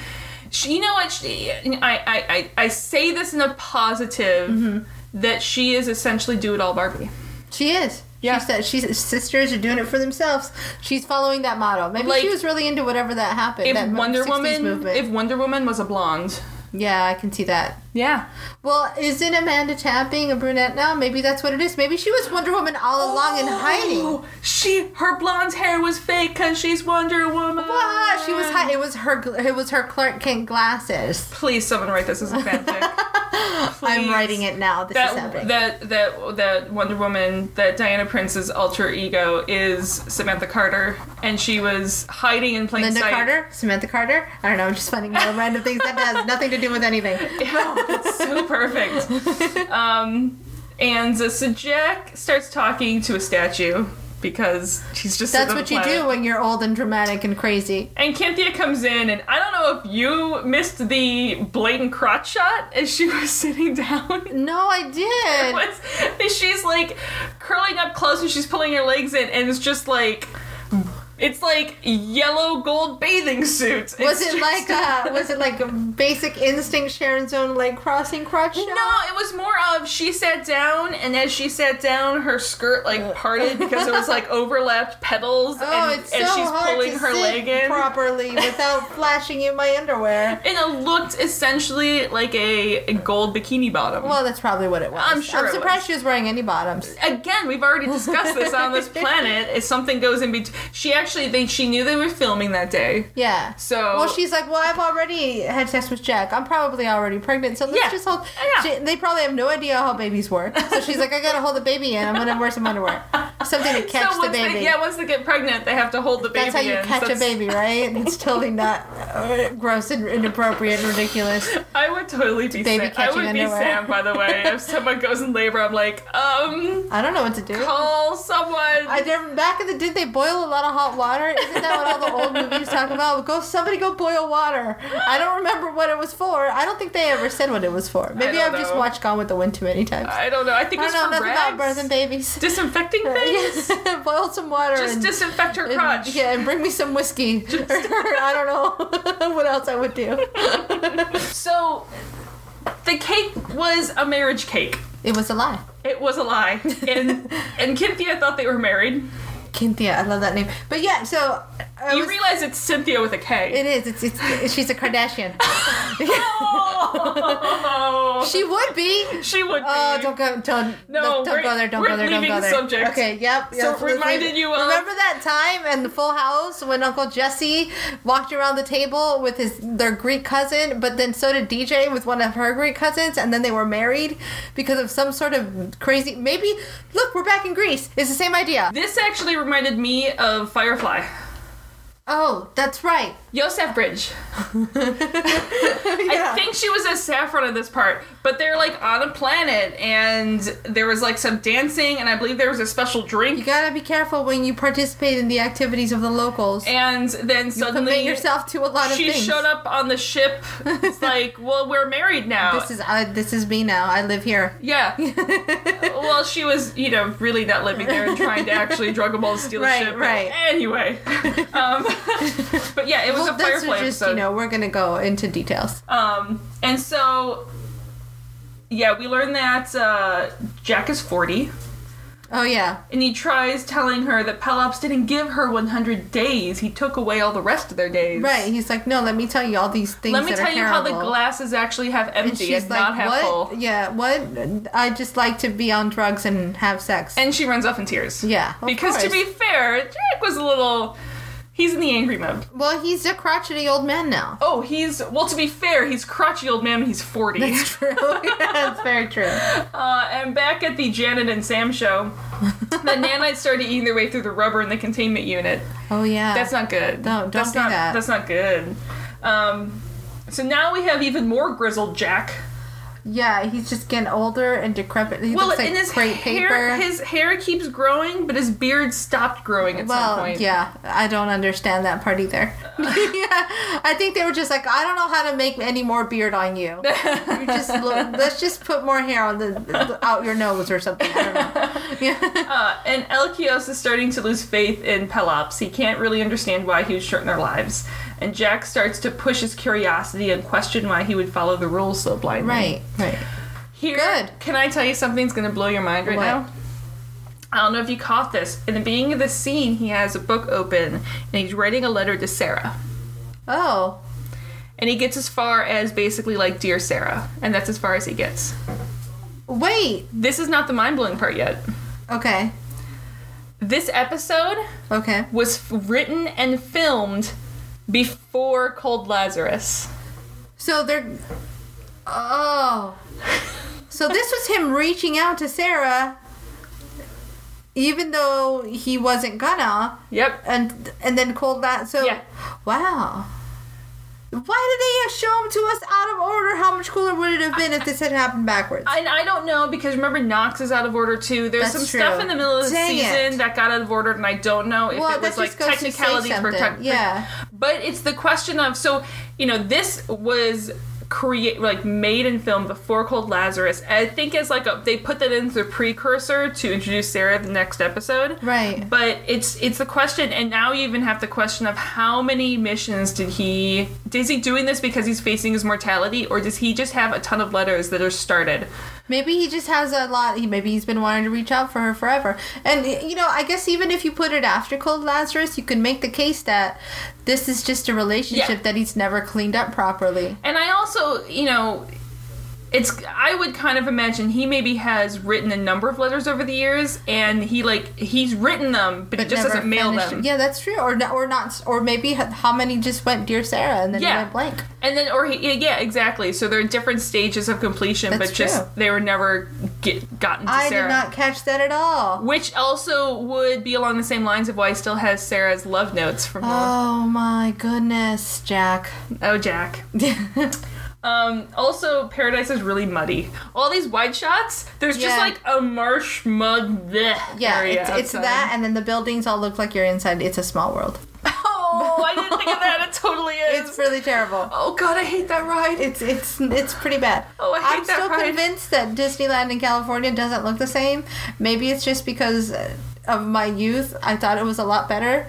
She, you know what? She, I, I, I, I say this in a positive
Mm-hmm.
that she is essentially do it all Barbie.
she is.
Yeah.
She said she's sisters are doing it for themselves. She's following that model. Maybe
Like,
she was really into whatever that happened.
If
that mo-
Wonder
60s
Woman,
movement.
if Wonder Woman was a blonde,
yeah, I can see that.
yeah,
Well, isn't Amanda Tapp being a brunette now? Maybe that's what it is. Maybe she was Wonder Woman all along and hiding.
Oh, She, her blonde hair was fake because she's Wonder Woman.
Ah, she was hiding. It was her. gl- It was her Clark Kent glasses.
Please, someone write this as a fanfic.
I'm writing it now. This is
That,
happening.
that that that Wonder Woman, that Diana Prince's alter ego is Samantha Carter, and she was hiding in plain
Linda
sight.
Carter, Samantha Carter. I don't know. I'm just finding more random things that has nothing to do with anything.
It's Oh, so perfect. Um, and uh, so Jack starts talking to a statue because she's just sitting
That's
on
what
the
you
planet.
do when you're old and dramatic and crazy.
And Cynthia comes in, and I don't know if you missed the blatant crotch shot as she was sitting down.
No, I did.
Was- she's like curling up close and she's pulling her legs in, and it's just like. It's like yellow gold bathing suits.
Was
It's
it
just-
like uh, was it like a basic instinct Sharon Zone like crossing crotch? shot?
No, it was more of she sat down, and as she sat down, her skirt like parted because it was like overlapped petals,
Uh. Oh,
and,
it's so
and she's
hard
pulling
to
her
sit
leg in.
properly without flashing in my underwear.
and it looked essentially like a, a gold bikini bottom.
Well, that's probably what it was.
I'm sure
I'm
it
surprised
was.
she was wearing any bottoms.
Again, we've already discussed this on this planet. If something goes in between, she actually they, she knew they were filming that day.
Yeah.
So-
well, she's like, well, I've already had sex with Jack. I'm probably already pregnant, so let's
Yeah.
just hold.
Yeah.
She, they probably have no idea how babies work, so she's like, I gotta hold the baby in. I'm gonna wear some underwear, something to catch
so
the
once
baby.
They, yeah, once they get pregnant, they have to hold the baby.
That's how you
in.
catch a
That's-
baby, right? It's totally not uh, gross and inappropriate and ridiculous.
I would totally be
baby
Sam. I would
catching
be
underwear.
Sam, by the way. If someone goes in labor, I'm like, um,
I don't know what to do.
call someone.
I never back in the did they boil a lot of hot water? Isn't that what all the old movies talk about? Go somebody go boil water. I don't remember what it was for. I don't think they ever said what it was for. Maybe
don't
I've just
know.
watched Gone with the Wind too many times. I,
I don't know. I think
don't
it's
know
for
nothing
rags.
about birth and babies.
Disinfecting things.
Yeah. boil some water.
Just
and,
disinfect her
and-
crotch.
yeah, and bring me some whiskey. I don't know what else I would do.
So, the cake was a marriage cake.
It was a lie.
It was a lie, and and Cynthia thought they were married.
Cynthia, I love that name. But yeah, so I
You
was-
realize it's Cynthia with a K.
it is. It's, it's she's a Kardashian.
oh,
she would be.
she would be.
Oh, don't go, don't,
No,
don't
we're-
go there, don't
we're
go there, don't
leaving the
go there.
subject.
Okay, yep.
So
yep,
reminded
let's-
you of-
Remember that time in the Full House when Uncle Jesse walked around the table with his their Greek cousin, but then so did DJ with one of her Greek cousins, and then they were married because of some sort of crazy. Maybe look, we're back in Greece. It's the same idea.
This actually reminded me of Firefly.
Oh, that's right.
Yosef Bridge.
Yeah.
I think she was a saffron in this part, but they're like on a planet, and there was like some dancing, and I believe there was a special drink.
you gotta be careful when you participate in the activities of the locals.
and then suddenly
Commit yourself to a lot of
she
things.
showed up on the ship. It's like, well, we're married now.
This is I, this is me now. I live here.
yeah. well, she was, you know, really not living there and trying to actually drug them all to steal
Right,
the ship.
right.
Anyway, um, but yeah, it was
Well,
a
Oh, that's
firefly
just
episode.
you know we're gonna go into details.
Um, and so, yeah, we learned that uh, Jack is 40,
Oh yeah,
and he tries telling her that Pelops didn't give her 100 days. He took away all the rest of their days.
right. He's like, no, let me tell you all these things.
Let me
that
tell
are
you how the
terrible."
glasses actually have empty
And
and,
she's like,
not half
what?
full.
Yeah, what? I just like to be on drugs and have sex.
And she runs off in tears.
yeah, of
because to
course.
be fair, Jack was a little. He's in the angry mode.
Well, he's a crotchety old man now.
Oh, he's well. To be fair, he's crotchety old man. when He's forty.
That's true. That's very true.
Uh, and back at the Janet and Sam show, the nanites started eating their way through the rubber in the containment unit.
Oh yeah.
That's not good.
No, don't
that's
do
not,
that.
That's not good. Um, so now we have even more grizzled Jack.
Yeah, he's just getting older and decrepit. He
Well,
looks like
and his
great
hair,
paper.
his hair keeps growing, but his beard stopped growing at some
well,
point.
yeah, I don't understand that part either. yeah, I think they were just like, I don't know how to make any more beard on you. you just look, let's just put more hair on the out your nose or something. I don't know. Yeah.
Uh, and Elkios is starting to lose faith in Pelops. He can't really understand why he would shorten their lives. And Jack starts to push his curiosity and question why he would follow the rules so blindly.
Right, right.
Here,
Good.
Can I tell you something's going to blow your mind right
What?
now? I don't know if you caught this. In the beginning of the scene, he has a book open and he's writing a letter to Sarah.
Oh,
And he gets as far as basically like, Dear Sarah. And that's as far as he gets.
wait.
This is not the mind blowing part yet.
Okay,
This episode
okay.
was f- written and filmed before Cold Lazarus.
So they're. Oh. So this was him reaching out to Sarah, even though he wasn't gonna.
Yep.
and and then cold that so
Yeah.
wow why did they show them to us out of order how much cooler would it have been if this had happened backwards
And I don't know because remember Knox is out of order too. There's
That's
some
true.
stuff in the middle of the
Dang
season
it.
that got out of order, and I don't know if
well
it was
that just
like
goes to say
technicalities for
something
tech-
yeah
But it's the question of so you know this was create like made and filmed before Cold Lazarus. I think as like a, they put that in as a precursor to introduce Sarah the next episode.
Right.
But it's it's the question, and now you even have the question of how many missions did he? Is he doing this because he's facing his mortality, or does he just have a ton of letters that are started?
maybe he just has a lot he maybe he's been wanting to reach out for her forever and you know i guess even if you put it after cold lazarus you can make the case that this is just a relationship
Yeah.
that he's never cleaned up properly
And I also, you know, it's I would kind of imagine he maybe has written a number of letters over the years, and he like he's written them, but, he just
never
doesn't mail
finished-
them.
yeah that's true or, no- or not or maybe h- how many just went dear sarah and then it
Yeah.
went blank
And then, or he, yeah, exactly. So they're in different stages of completion,
That's
but just
true.
they were never get gotten to
i
Sarah.
did not catch that at all
Which also would be along the same lines of why he still has Sarah's love notes from oh,
Oh my goodness, Jack.
oh Jack. Um, also, Paradise is really muddy. All these wide shots, there's just
Yeah.
like a marsh mud bleh,
yeah,
area
it's, it's
outside.
that, and then the buildings all look like you're inside. It's a small world.
Oh, I didn't think of that. It totally is.
It's really terrible.
oh god, I hate that ride.
It's it's it's pretty bad.
Oh, I hate
I'm
that
still
ride.
convinced that Disneyland in California doesn't look the same. Maybe it's just because of my youth. I thought it was a lot better,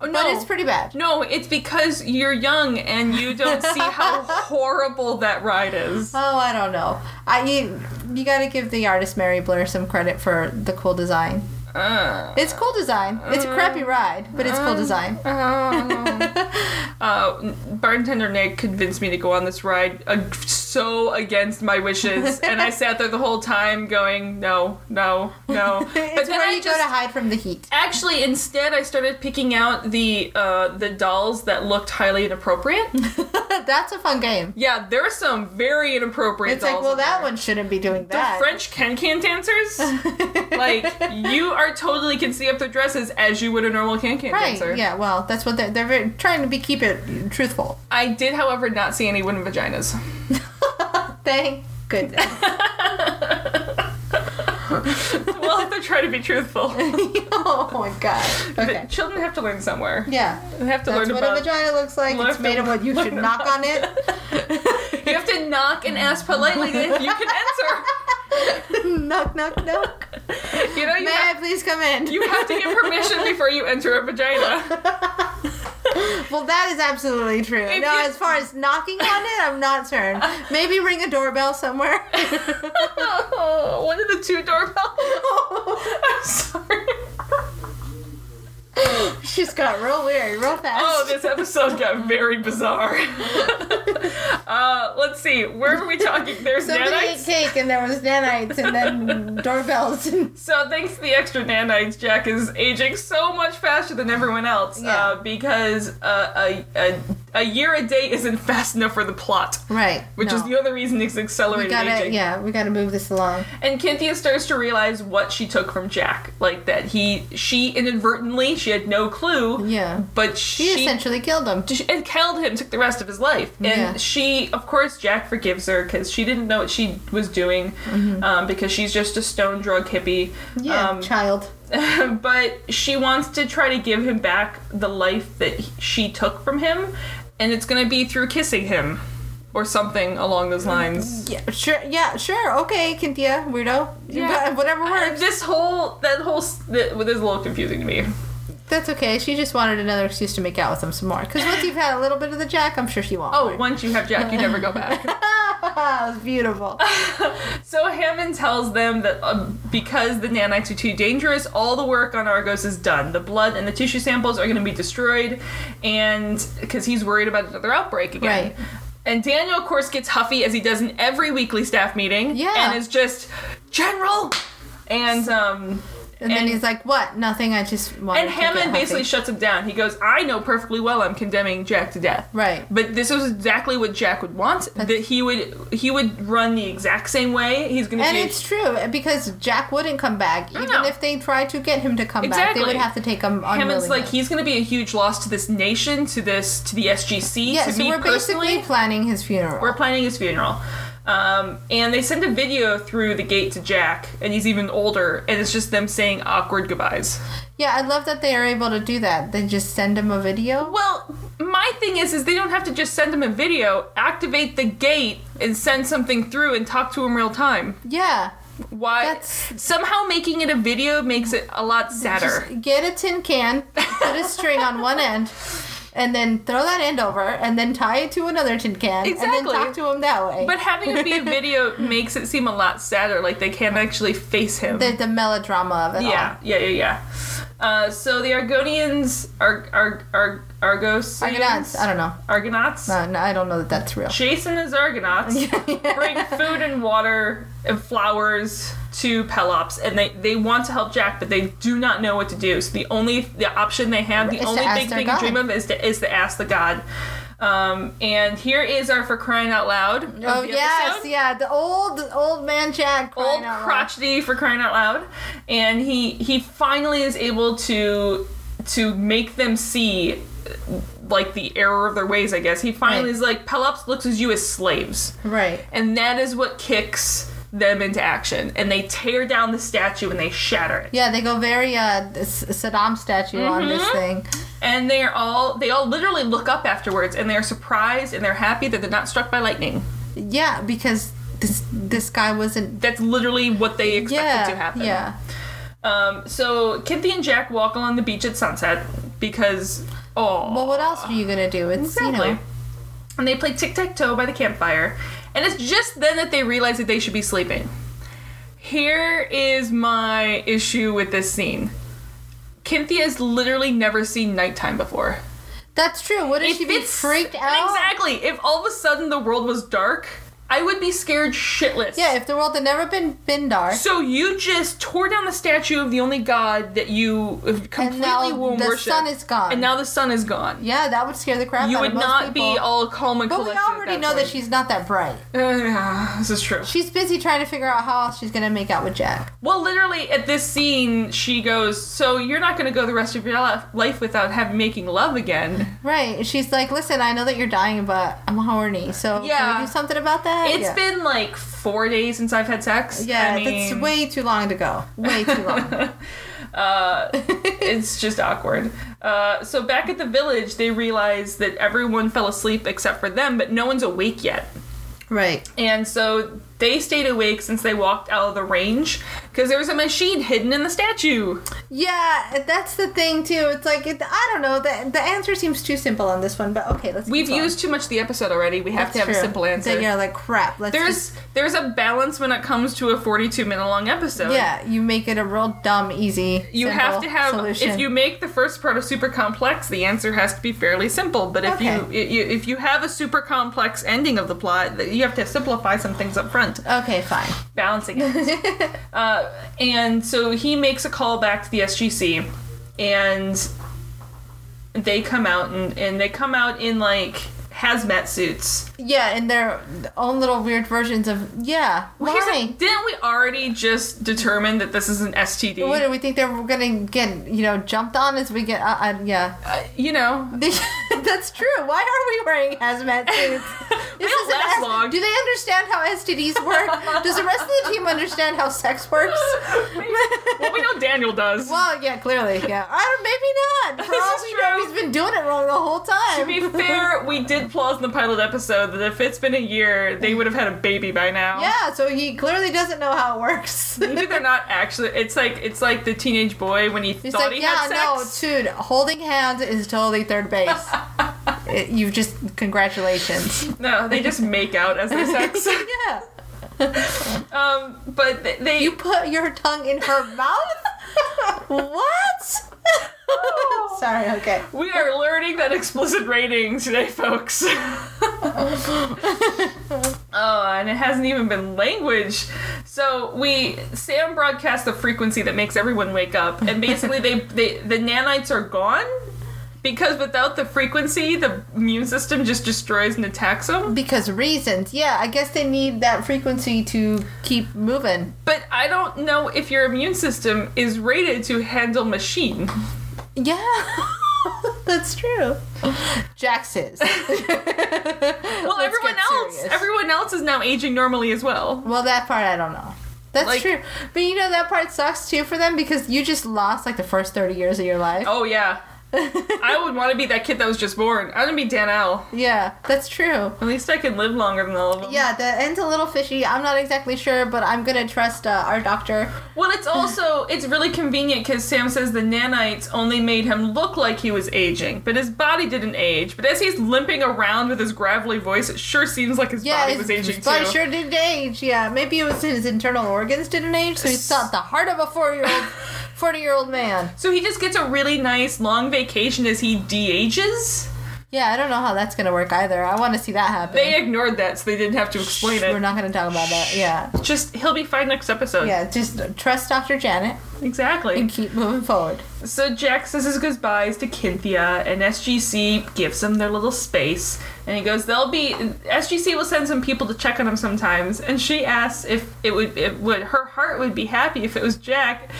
Oh, no,
but it's pretty bad.
No, it's because you're young and you don't see how horrible that ride is.
Oh, I don't know. I you, you got to give the artist Mary Blair some credit for the cool design.
Uh,
It's cool design. It's a crappy
Ah.
ride, but it's cool design.
uh, bartender Nick convinced me to go on this ride uh, so against my wishes, and I sat there the whole time going, no, no, no. But
It's where you go to hide from the heat.
Actually, instead, I started picking out the uh, the dolls that looked highly inappropriate.
That's a fun game.
Yeah, there are some very inappropriate.
It's like,
dolls
well,
in
that
there.
one shouldn't be doing
The
that.
French can can dancers, like you are totally can see up their dresses as you would a normal can can
right?
dancer.
Yeah. Well, that's what they're they're very, trying to be keep it truthful.
I did, however, not see any wooden vaginas.
Thank goodness.
we'll have to try to be truthful.
oh my god. Okay.
But children have to learn somewhere.
Yeah.
They have to
That's
learn
what
about.
a vagina looks like.
learn
It's made of
about-
what you should
learn
knock
about-
on it.
you have to knock and ask politely if you can enter.
knock, knock, knock.
You know, you
May
have,
I please come in?
you have to get permission before you enter a vagina.
well, that is absolutely true.
If
no,
you-
as far as knocking on it, I'm not certain. Maybe ring a doorbell somewhere.
Oh, one of the two doorbells. I'm sorry.
She's got real weird, real fast.
Oh, this episode got very bizarre. uh, let's see. Where were we talking? There's
Somebody ate
nanites.
cake and there was nanites and then doorbells. And
So thanks to the extra nanites, Jack is aging so much faster than everyone else
Yeah.
uh, because uh, a, a a year a day isn't fast enough for the plot,
right.
which is
no.
the other reason it's
we
accelerated
gotta,
aging.
yeah, we gotta move this along.
And Cynthia starts to realize what she took from Jack, like that he she inadvertently she had no clue,
Yeah,
but
she,
she
essentially killed him.
and killed him, took the rest of his life. And
Yeah.
she, of course, Jack forgives her because she didn't know what she was doing um, because she's just a stone drug hippie.
Mm-hmm. Yeah, child.
Um, but she wants to try to give him back the life that he- she took from him, and it's going to be through kissing him or something along those
Mm-hmm.
lines.
Yeah, sure. Yeah, sure. Okay, Cynthia, weirdo.
Yeah.
Yeah. whatever works.
This whole that whole s- that, well, this is a little confusing to me.
That's okay. She just wanted another excuse to make out with him some more. Because once you've had a little bit of the Jack, I'm sure she won't.
Oh, once you have Jack, you never go back.
that was beautiful.
So Hammond tells them that um, because the nanites are too dangerous, all the work on Argos is done. The blood and the tissue samples are going to be destroyed, and because he's worried about another outbreak again.
Right.
And Daniel, of course, gets huffy as he does in every weekly staff meeting.
Yeah.
And is just general. And um.
And, then
And-
he's like, "What? Nothing. I just wanted."
And
to get
Hammond
healthy."
basically shuts him down. He goes, "I know perfectly well I'm condemning Jack to death."
Right.
But this is exactly what Jack would want. that he would he would run the exact same way. He's going to
And
be a
it's true because Jack wouldn't come back, even
no.
if they tried to get him to come back. They
Exactly.
would have to take him on.
Hammond's like he's going to be a huge loss to this nation, to this, to the SGC,
yeah.
to
So
me
we're
personally.
basically planning his funeral.
we're planning his funeral, um, and they send a video through the gate to Jack, and he's even older, and it's just them saying awkward goodbyes.
yeah, I love that they are able to do that. They just send him a video.
Well, my thing is, is they don't have to just send him a video. Activate the gate and send something through and talk to him real time.
Yeah,
Why?
That's-
Somehow making it a video makes it a lot sadder.
just get a tin can, put a string on one end. And then throw that end over, and then tie it to another tin can, and
Exactly.
then talk to him that way.
but having it be a video makes it seem a lot sadder. Like they can't actually face him.
the, the melodrama of it
Yeah, yeah, yeah, yeah. Uh, so the Argonians, Ar- Ar- Ar- Argos,
all. Argonauts. I don't know. Uh,
Argonauts.
No, no, I don't know that that's real.
Jason is Argonauts. Bring food and water and flowers to Pelops, and they they want to help Jack, but they do not know what to do. So the only the option they have, the
Is to
only
ask
big
their
thing to
god.
dream of is to is to ask the god. Um, and here is our for crying out loud. of
Oh
the
yes,
episode.
yeah, the old old man Jack, crying
old
out loud.
crotchety for crying out loud and he he finally is able to to make them see uh, like the error of their ways i guess he finally
Right.
is like pelops looks at you as slaves
Right.
and that is what kicks them into action and they tear down the statue and they shatter it
Yeah, they go very uh S- Saddam statue on this
Mm-hmm.
thing.
and they're all they all literally look up afterwards and they're surprised and they're happy that they're not struck by lightning
Yeah, because this this guy wasn't.
that's literally what they expected
Yeah,
to happen
yeah.
um, so Cynthia and jack walk along the beach at sunset because oh
Well, what else are you gonna do? It's
Exactly.
you know.
And they play tic tac toe by the campfire. And it's just then that they realize that they should be sleeping. Here is my issue with this scene. Cynthia has literally never seen nighttime before.
That's true. Would
If
she be
it's-
freaked out?
Exactly. If all of a sudden the world was dark, I would be scared shitless.
Yeah, if the world had never been been dark,
so you just tore down the statue of the only god that you completely
and now
won't
the
worship.
sun is gone.
and now the sun is gone.
yeah, that would scare the crap
you
out
would
of most
not
people.
be all calm and
But we
collected. at
already
that
know that
point.
she's not that bright.
Uh, yeah, this is true.
She's busy trying to figure out how else she's gonna make out with Jack.
Well, literally at this scene, she goes, "So you're not going to go the rest of your li- life without having making love again."
Right. She's like, listen, I know that you're dying, but I'm horny, so
Yeah.
can we do something about that?
It's
yeah.
been like four days since I've had sex.
yeah,
I mean,
that's way too long to go. Way too long.
it's just awkward. Uh, so back at the village, they realize that everyone fell asleep except for them, but no one's awake yet.
right.
And so They stayed awake since they walked out of the range because there was a machine hidden in the statue.
Yeah, that's the thing too. It's like it, I don't know. The the answer seems too simple on this one, but okay, let's.
We've
keep going.
used too much of the episode already. We have
That's
to have
true.
a simple answer.
Then you're like, crap. Let's
there's there's a balance when it comes to a 42 minute long episode.
just- yeah. You make it a real dumb, easy.
You
simple
have to have
solution.
if you make the first part a super complex, the answer has to be fairly simple. But if you
Okay.
you if you have a super complex ending of the plot, that you have to simplify some things up front.
Okay, fine.
balancing it. uh, and so he makes a call back to the SGC, and they come out and, and they come out in like hazmat suits.
Yeah, in their own little weird versions of yeah.
Well, here's the-
Why?
didn't we already just determine that this is an STD?
What do we think they're gonna get? You know, jumped on as we get. Uh, uh, yeah,
Uh, you know,
that's true. Why are we wearing hazmat suits?
we
This
don't
is an
last
S-
long.
Do they understand how STDs work? Does the rest of the team understand how sex works?
well, we know Daniel does.
Well, yeah, clearly, yeah. I don't, maybe not. For
This
all
is
we
true.
know, he's been doing it wrong the whole time.
to be fair, we did pause in the pilot episode that if it's been a year, they would have had a baby by now.
Yeah, so he clearly doesn't know how it works.
Maybe they're not actually. It's like it's like the teenage boy when he
He's
thought
like,
he
yeah,
had
no,
sex.
dude, holding hands is totally third base. It- you just congratulations.
No, they just make out as their sex.
yeah,
um, but th- they.
you put your tongue in her mouth. what? Sorry. Okay.
we are learning that explicit rating today, folks. oh, and it hasn't even been language. So we Sam broadcasts the frequency that makes everyone wake up, and basically they, they the nanites are gone because without the frequency, the immune system just destroys and attacks them.
Because reasons. Yeah, I guess they need that frequency to keep moving.
But I don't know if your immune system is rated to handle machine.
Yeah, that's true. Jax is.
Well, everyone else, everyone else is now aging normally as well.
well, that part I don't know. That's
Like-
true. But you know, that part sucks too for them because you just lost like the first 30 years of your life.
Oh yeah, I would want to be that kid that was just born. I want to be Dan Al.
yeah, that's true.
At least I can live longer than all of them.
Yeah, the end's a little fishy. I'm not exactly sure, but I'm gonna trust uh, our doctor.
Well, it's also it's really convenient because Sam says the nanites only made him look like he was aging, but his body didn't age. But as he's limping around with his gravelly voice, it sure seems like his
Yeah,
body was aging
his body
too.
sure didn't age. Yeah, maybe it was his internal organs didn't age, so he's not the heart of a four-year-old, forty-year-old man.
So he just gets a really nice long vacation as he de-ages.
Yeah, I don't know how that's gonna work either. I want to see that happen.
They ignored that, so they didn't have to explain
We're
it.
not gonna talk about that. Yeah,
Just he'll be fine next episode.
yeah. Just trust Dr. Janet
exactly.
and keep moving forward.
So Jack says his goodbyes to Kinthia, and SGC gives him their little space. And he goes, "They'll be SGC will send some people to check on him sometimes." And she asks if it would, it would her heart would be happy if it was Jack.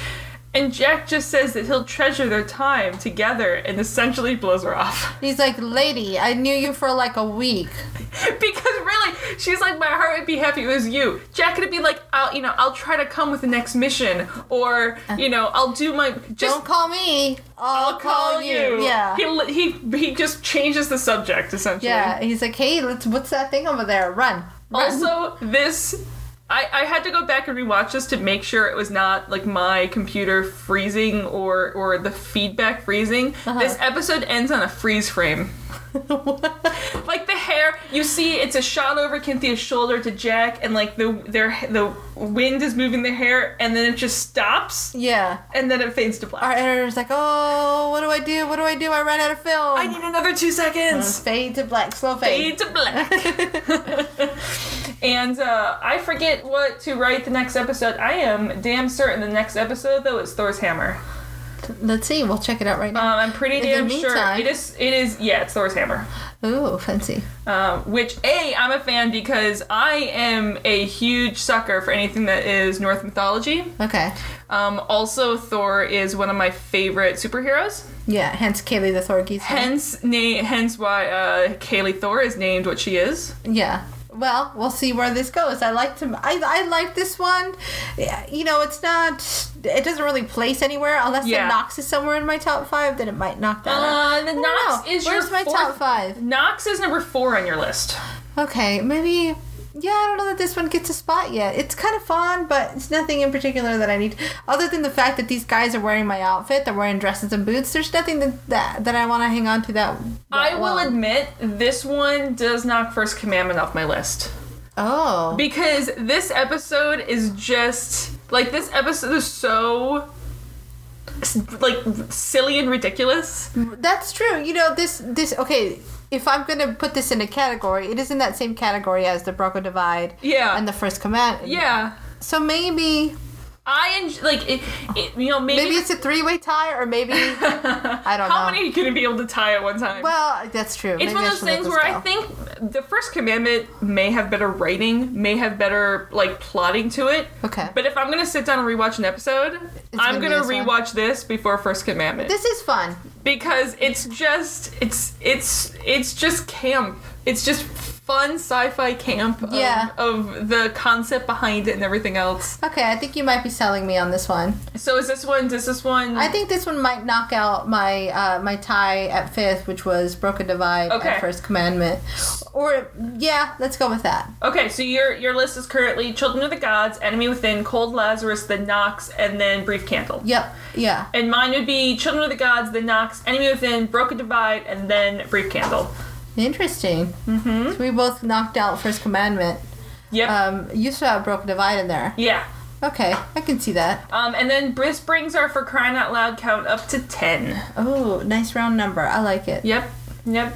And Jack just says that he'll treasure their time together, and essentially blows her off.
He's like, "Lady, I knew you for like a week."
because really, she's like, my heart would be happy if it was you. Jack could be like, I'll, you know, I'll try to come with the next mission, or you know, I'll do my just
don't call me. I'll, call, you. Yeah.
He, li- he he just changes the subject essentially.
yeah, he's like, hey, let's. What's that thing over there? Run, run.
Also, this I I had to go back and rewatch this to make sure it was not like my computer freezing or or the feedback freezing.
Uh-huh.
This episode ends on a freeze frame. Like the hair, you see, it's a shot over Cynthia's shoulder to Jack, and like the their the wind is moving the hair, and then it just stops,
yeah.
and then it fades to black.
Our editor's like, oh, what do I do? What do I do? I ran out of film.
I need another two seconds.
fade to black, slow
fade
fade.
to black. and uh, I forget what to write the next episode. I am damn certain the next episode though is Thor's hammer.
Let's see. We'll check it out right
Um,
now.
I'm pretty
In the
damn sure
meantime-
it is. It is yeah, it's Thor's hammer.
Ooh, fancy.
Um, which a I'm a fan because I am a huge sucker for anything that is North mythology.
Okay.
Um, also, Thor is one of my favorite superheroes.
Yeah. Hence, Kaylee the Thor geese.
Hence, na- hence why uh, Kaylee Thor is named what she is.
Yeah. Well, we'll see where this goes. I liked him. I, I like this one. Yeah, You know, it's not. It doesn't really place anywhere unless
Yeah.
it knocks it somewhere in my top five. Then it might knock that.
Uh,
out.
the
I don't
Knox
know.
is your
Where's my
fourth-
top five?
Knox is number four on your list.
Okay, maybe yeah, I don't know that this one gets a spot yet. It's kind of fun, but it's nothing in particular that I need. Other than the fact that these guys are wearing my outfit, they're wearing dresses and boots. There's nothing that that, that I want to hang on to. That, that
I will
long.
admit this one does knock First Commandment off my list.
Oh,
Because this episode is just like this episode is so s- like silly and ridiculous.
that's true. You know this this okay. If I'm gonna put this in a category, it is in that same category as the Broco Divide.
Yeah.
And the First Command.
Yeah.
So maybe
I en- like it, it, you know maybe,
maybe it's a three way tie, or maybe I don't know.
how many are you gonna be able to tie at one time?
Well, that's true.
it's one of those things where I think the first commandment may have better writing, may have better like plotting to it.
Okay.
But if I'm gonna sit down and rewatch an episode, I'm
gonna be
gonna
this one.
rewatch this before First Commandment
this is fun.
because it's just it's it's it's just camp. It's just fun sci-fi camp of,
Yeah.
of the concept behind it and everything else.
Okay, I think you might be selling me on this one.
So is this one? Does this one?
I think this one might knock out my uh, my tie at fifth, which was broken divide
Okay.
at first commandment. Or yeah, let's go with that.
Okay, so your your list is currently Children of the Gods, Enemy Within, Cold Lazarus, The Knox, and then Brief Candle.
Yep. Yeah.
And mine would be Children of the Gods, The Knox, Enemy Within, Broken Divide, and then Brief Candle.
Interesting. Mm-hmm. So we both knocked out first commandment.
Yep.
Um, you still have broken divide in there.
yeah.
Okay, I can see that.
Um, and then this brings our for crying out loud count up to ten.
Oh, nice round number. I like it.
Yep. Yep.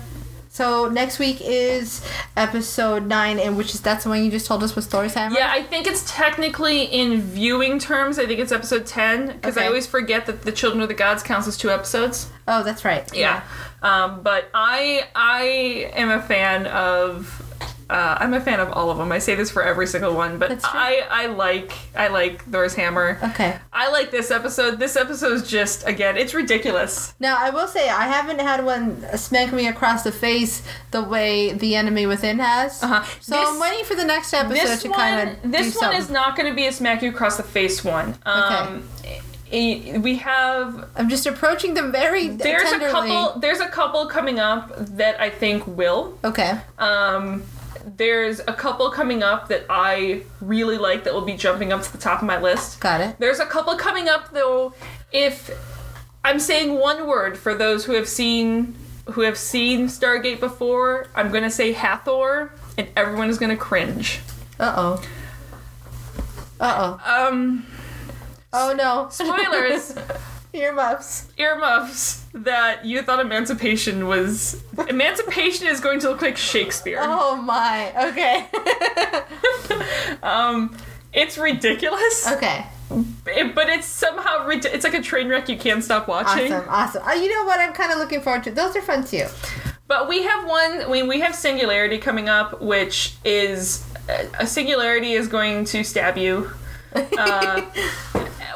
So next week is episode nine, and which is that's the one you just told us was story time.
Yeah, I think it's technically in viewing terms. I think it's episode ten because I
Okay.
always forget that the Children of the Gods counts as two episodes.
Oh, that's right.
Yeah. Um, but I I am a fan of uh, I'm a fan of all of them. I say this for every single one, but
That's true.
I I like I like Thor's hammer.
Okay.
I like this episode. This episode's just again, it's ridiculous.
Now I will say I haven't had one smack me across the face the way the enemy within has.
Uh-huh.
So
This-
I'm waiting for the next episode
This
to
one,
kind of
this
do
one
something.
is not going to be a smack you across the face one. Um, i- i- we have
I'm just approaching them very
there's
tenderly.
a couple there's a couple coming up that I think will.
Okay.
Um, there's a couple coming up that I really like that will be jumping up to the top of my list.
Got it.
There's a couple coming up though. If I'm saying one word for those who have seen who have seen Stargate before, I'm gonna say Hathor, and everyone is gonna cringe.
Uh oh. Uh oh.
Um,
Oh no.
spoilers,
Earmuffs.
earmuffs that you thought Emancipation was. Emancipation is going to look like Shakespeare.
Oh my. Okay.
Um, It's ridiculous,
okay.
it- but it's somehow rid- it's like a train wreck you can't stop watching.
Awesome. Awesome. Oh, you know what? I'm kind of looking forward to. Those are fun too.
But we have one. I mean, we have Singularity coming up, which is a Singularity is going to stab you. Uh,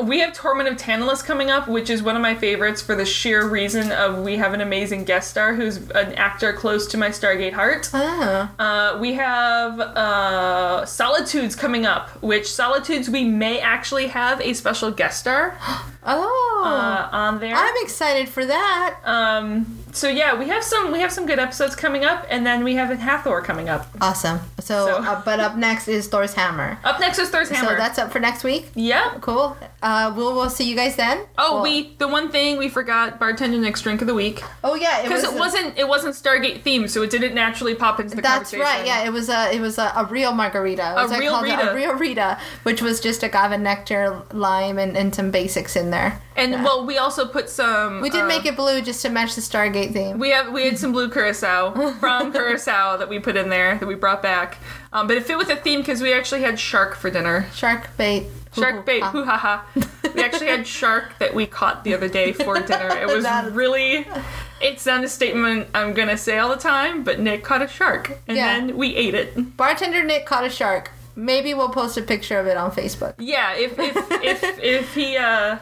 we have Torment of Tantalus coming up, which is one of my favorites for the sheer reason of we have an amazing guest star who's an actor close to my Stargate heart.
Oh.
Uh, we have uh, Solitudes coming up, which Solitudes we may actually have a special guest star
Oh.
uh, on there.
I'm excited for that.
Um, so yeah, we have some we have some good episodes coming up, and then we have Hathor coming up.
Awesome. So,
So-
Uh, but up next is Thor's hammer.
Up next is Thor's Hammer.
So that's up for next week.
yeah.
Cool. Uh, we'll we'll see you guys then.
Oh,
Well-
we the one thing we forgot bartender next drink of the week
Oh yeah,
because it wasn't it wasn't Stargate themed, so it didn't naturally pop into the
That's
conversation.
right. Yeah, it was a it was a, a real margarita. It was like
real
called
Rita.
a real Rita, which was just agave nectar, lime, and, and some basics in there.
And
Yeah.
well, we also put some.
we did
uh,
make it blue just to match the Stargate theme.
We have we had some blue curacao from curacao that we put in there that we brought back, um, but it fit with the theme because we actually had shark for dinner.
shark bait.
Shark
Ah.
bait, hoo ha ha. We actually had shark that we caught the other day for dinner. It was
That-
really. It's not a statement I'm gonna say all the time, but Nick caught a shark and
Yeah.
then we ate it.
Bartender Nick caught a shark. Maybe we'll post a picture of it on Facebook
Yeah, if if if, if he uh,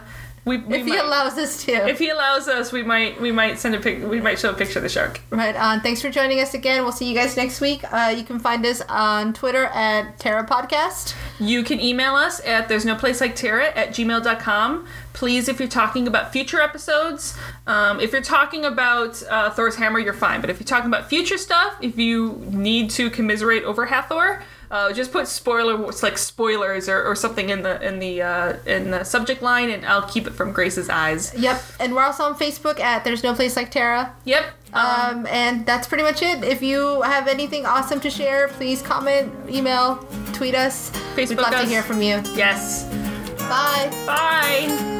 we, we
if
might,
he allows us to.
if he allows us, we might we might send a pic we might show a picture of the shark.
Right on. Thanks for joining us again. We'll see you guys next week. Uh, you can find us on Twitter at Terra Podcast.
You can email us at there's no place like Tara at gmail.com. Please, if you're talking about future episodes, um, if you're talking about uh, Thor's hammer, you're fine. But if you're talking about future stuff, if you need to commiserate over Hathor, Uh, just put spoiler it's like spoilers or, or something in the in the uh, in the subject line, and I'll keep it from Grace's eyes.
Yep, and we're also on Facebook at There's No Place Like Tara.
Yep. Uh,
Um, and that's pretty much it. If you have anything awesome to share, please comment, email, tweet us. We'd
Facebook
love to
us.
hear from you.
Yes.
Bye.
Bye.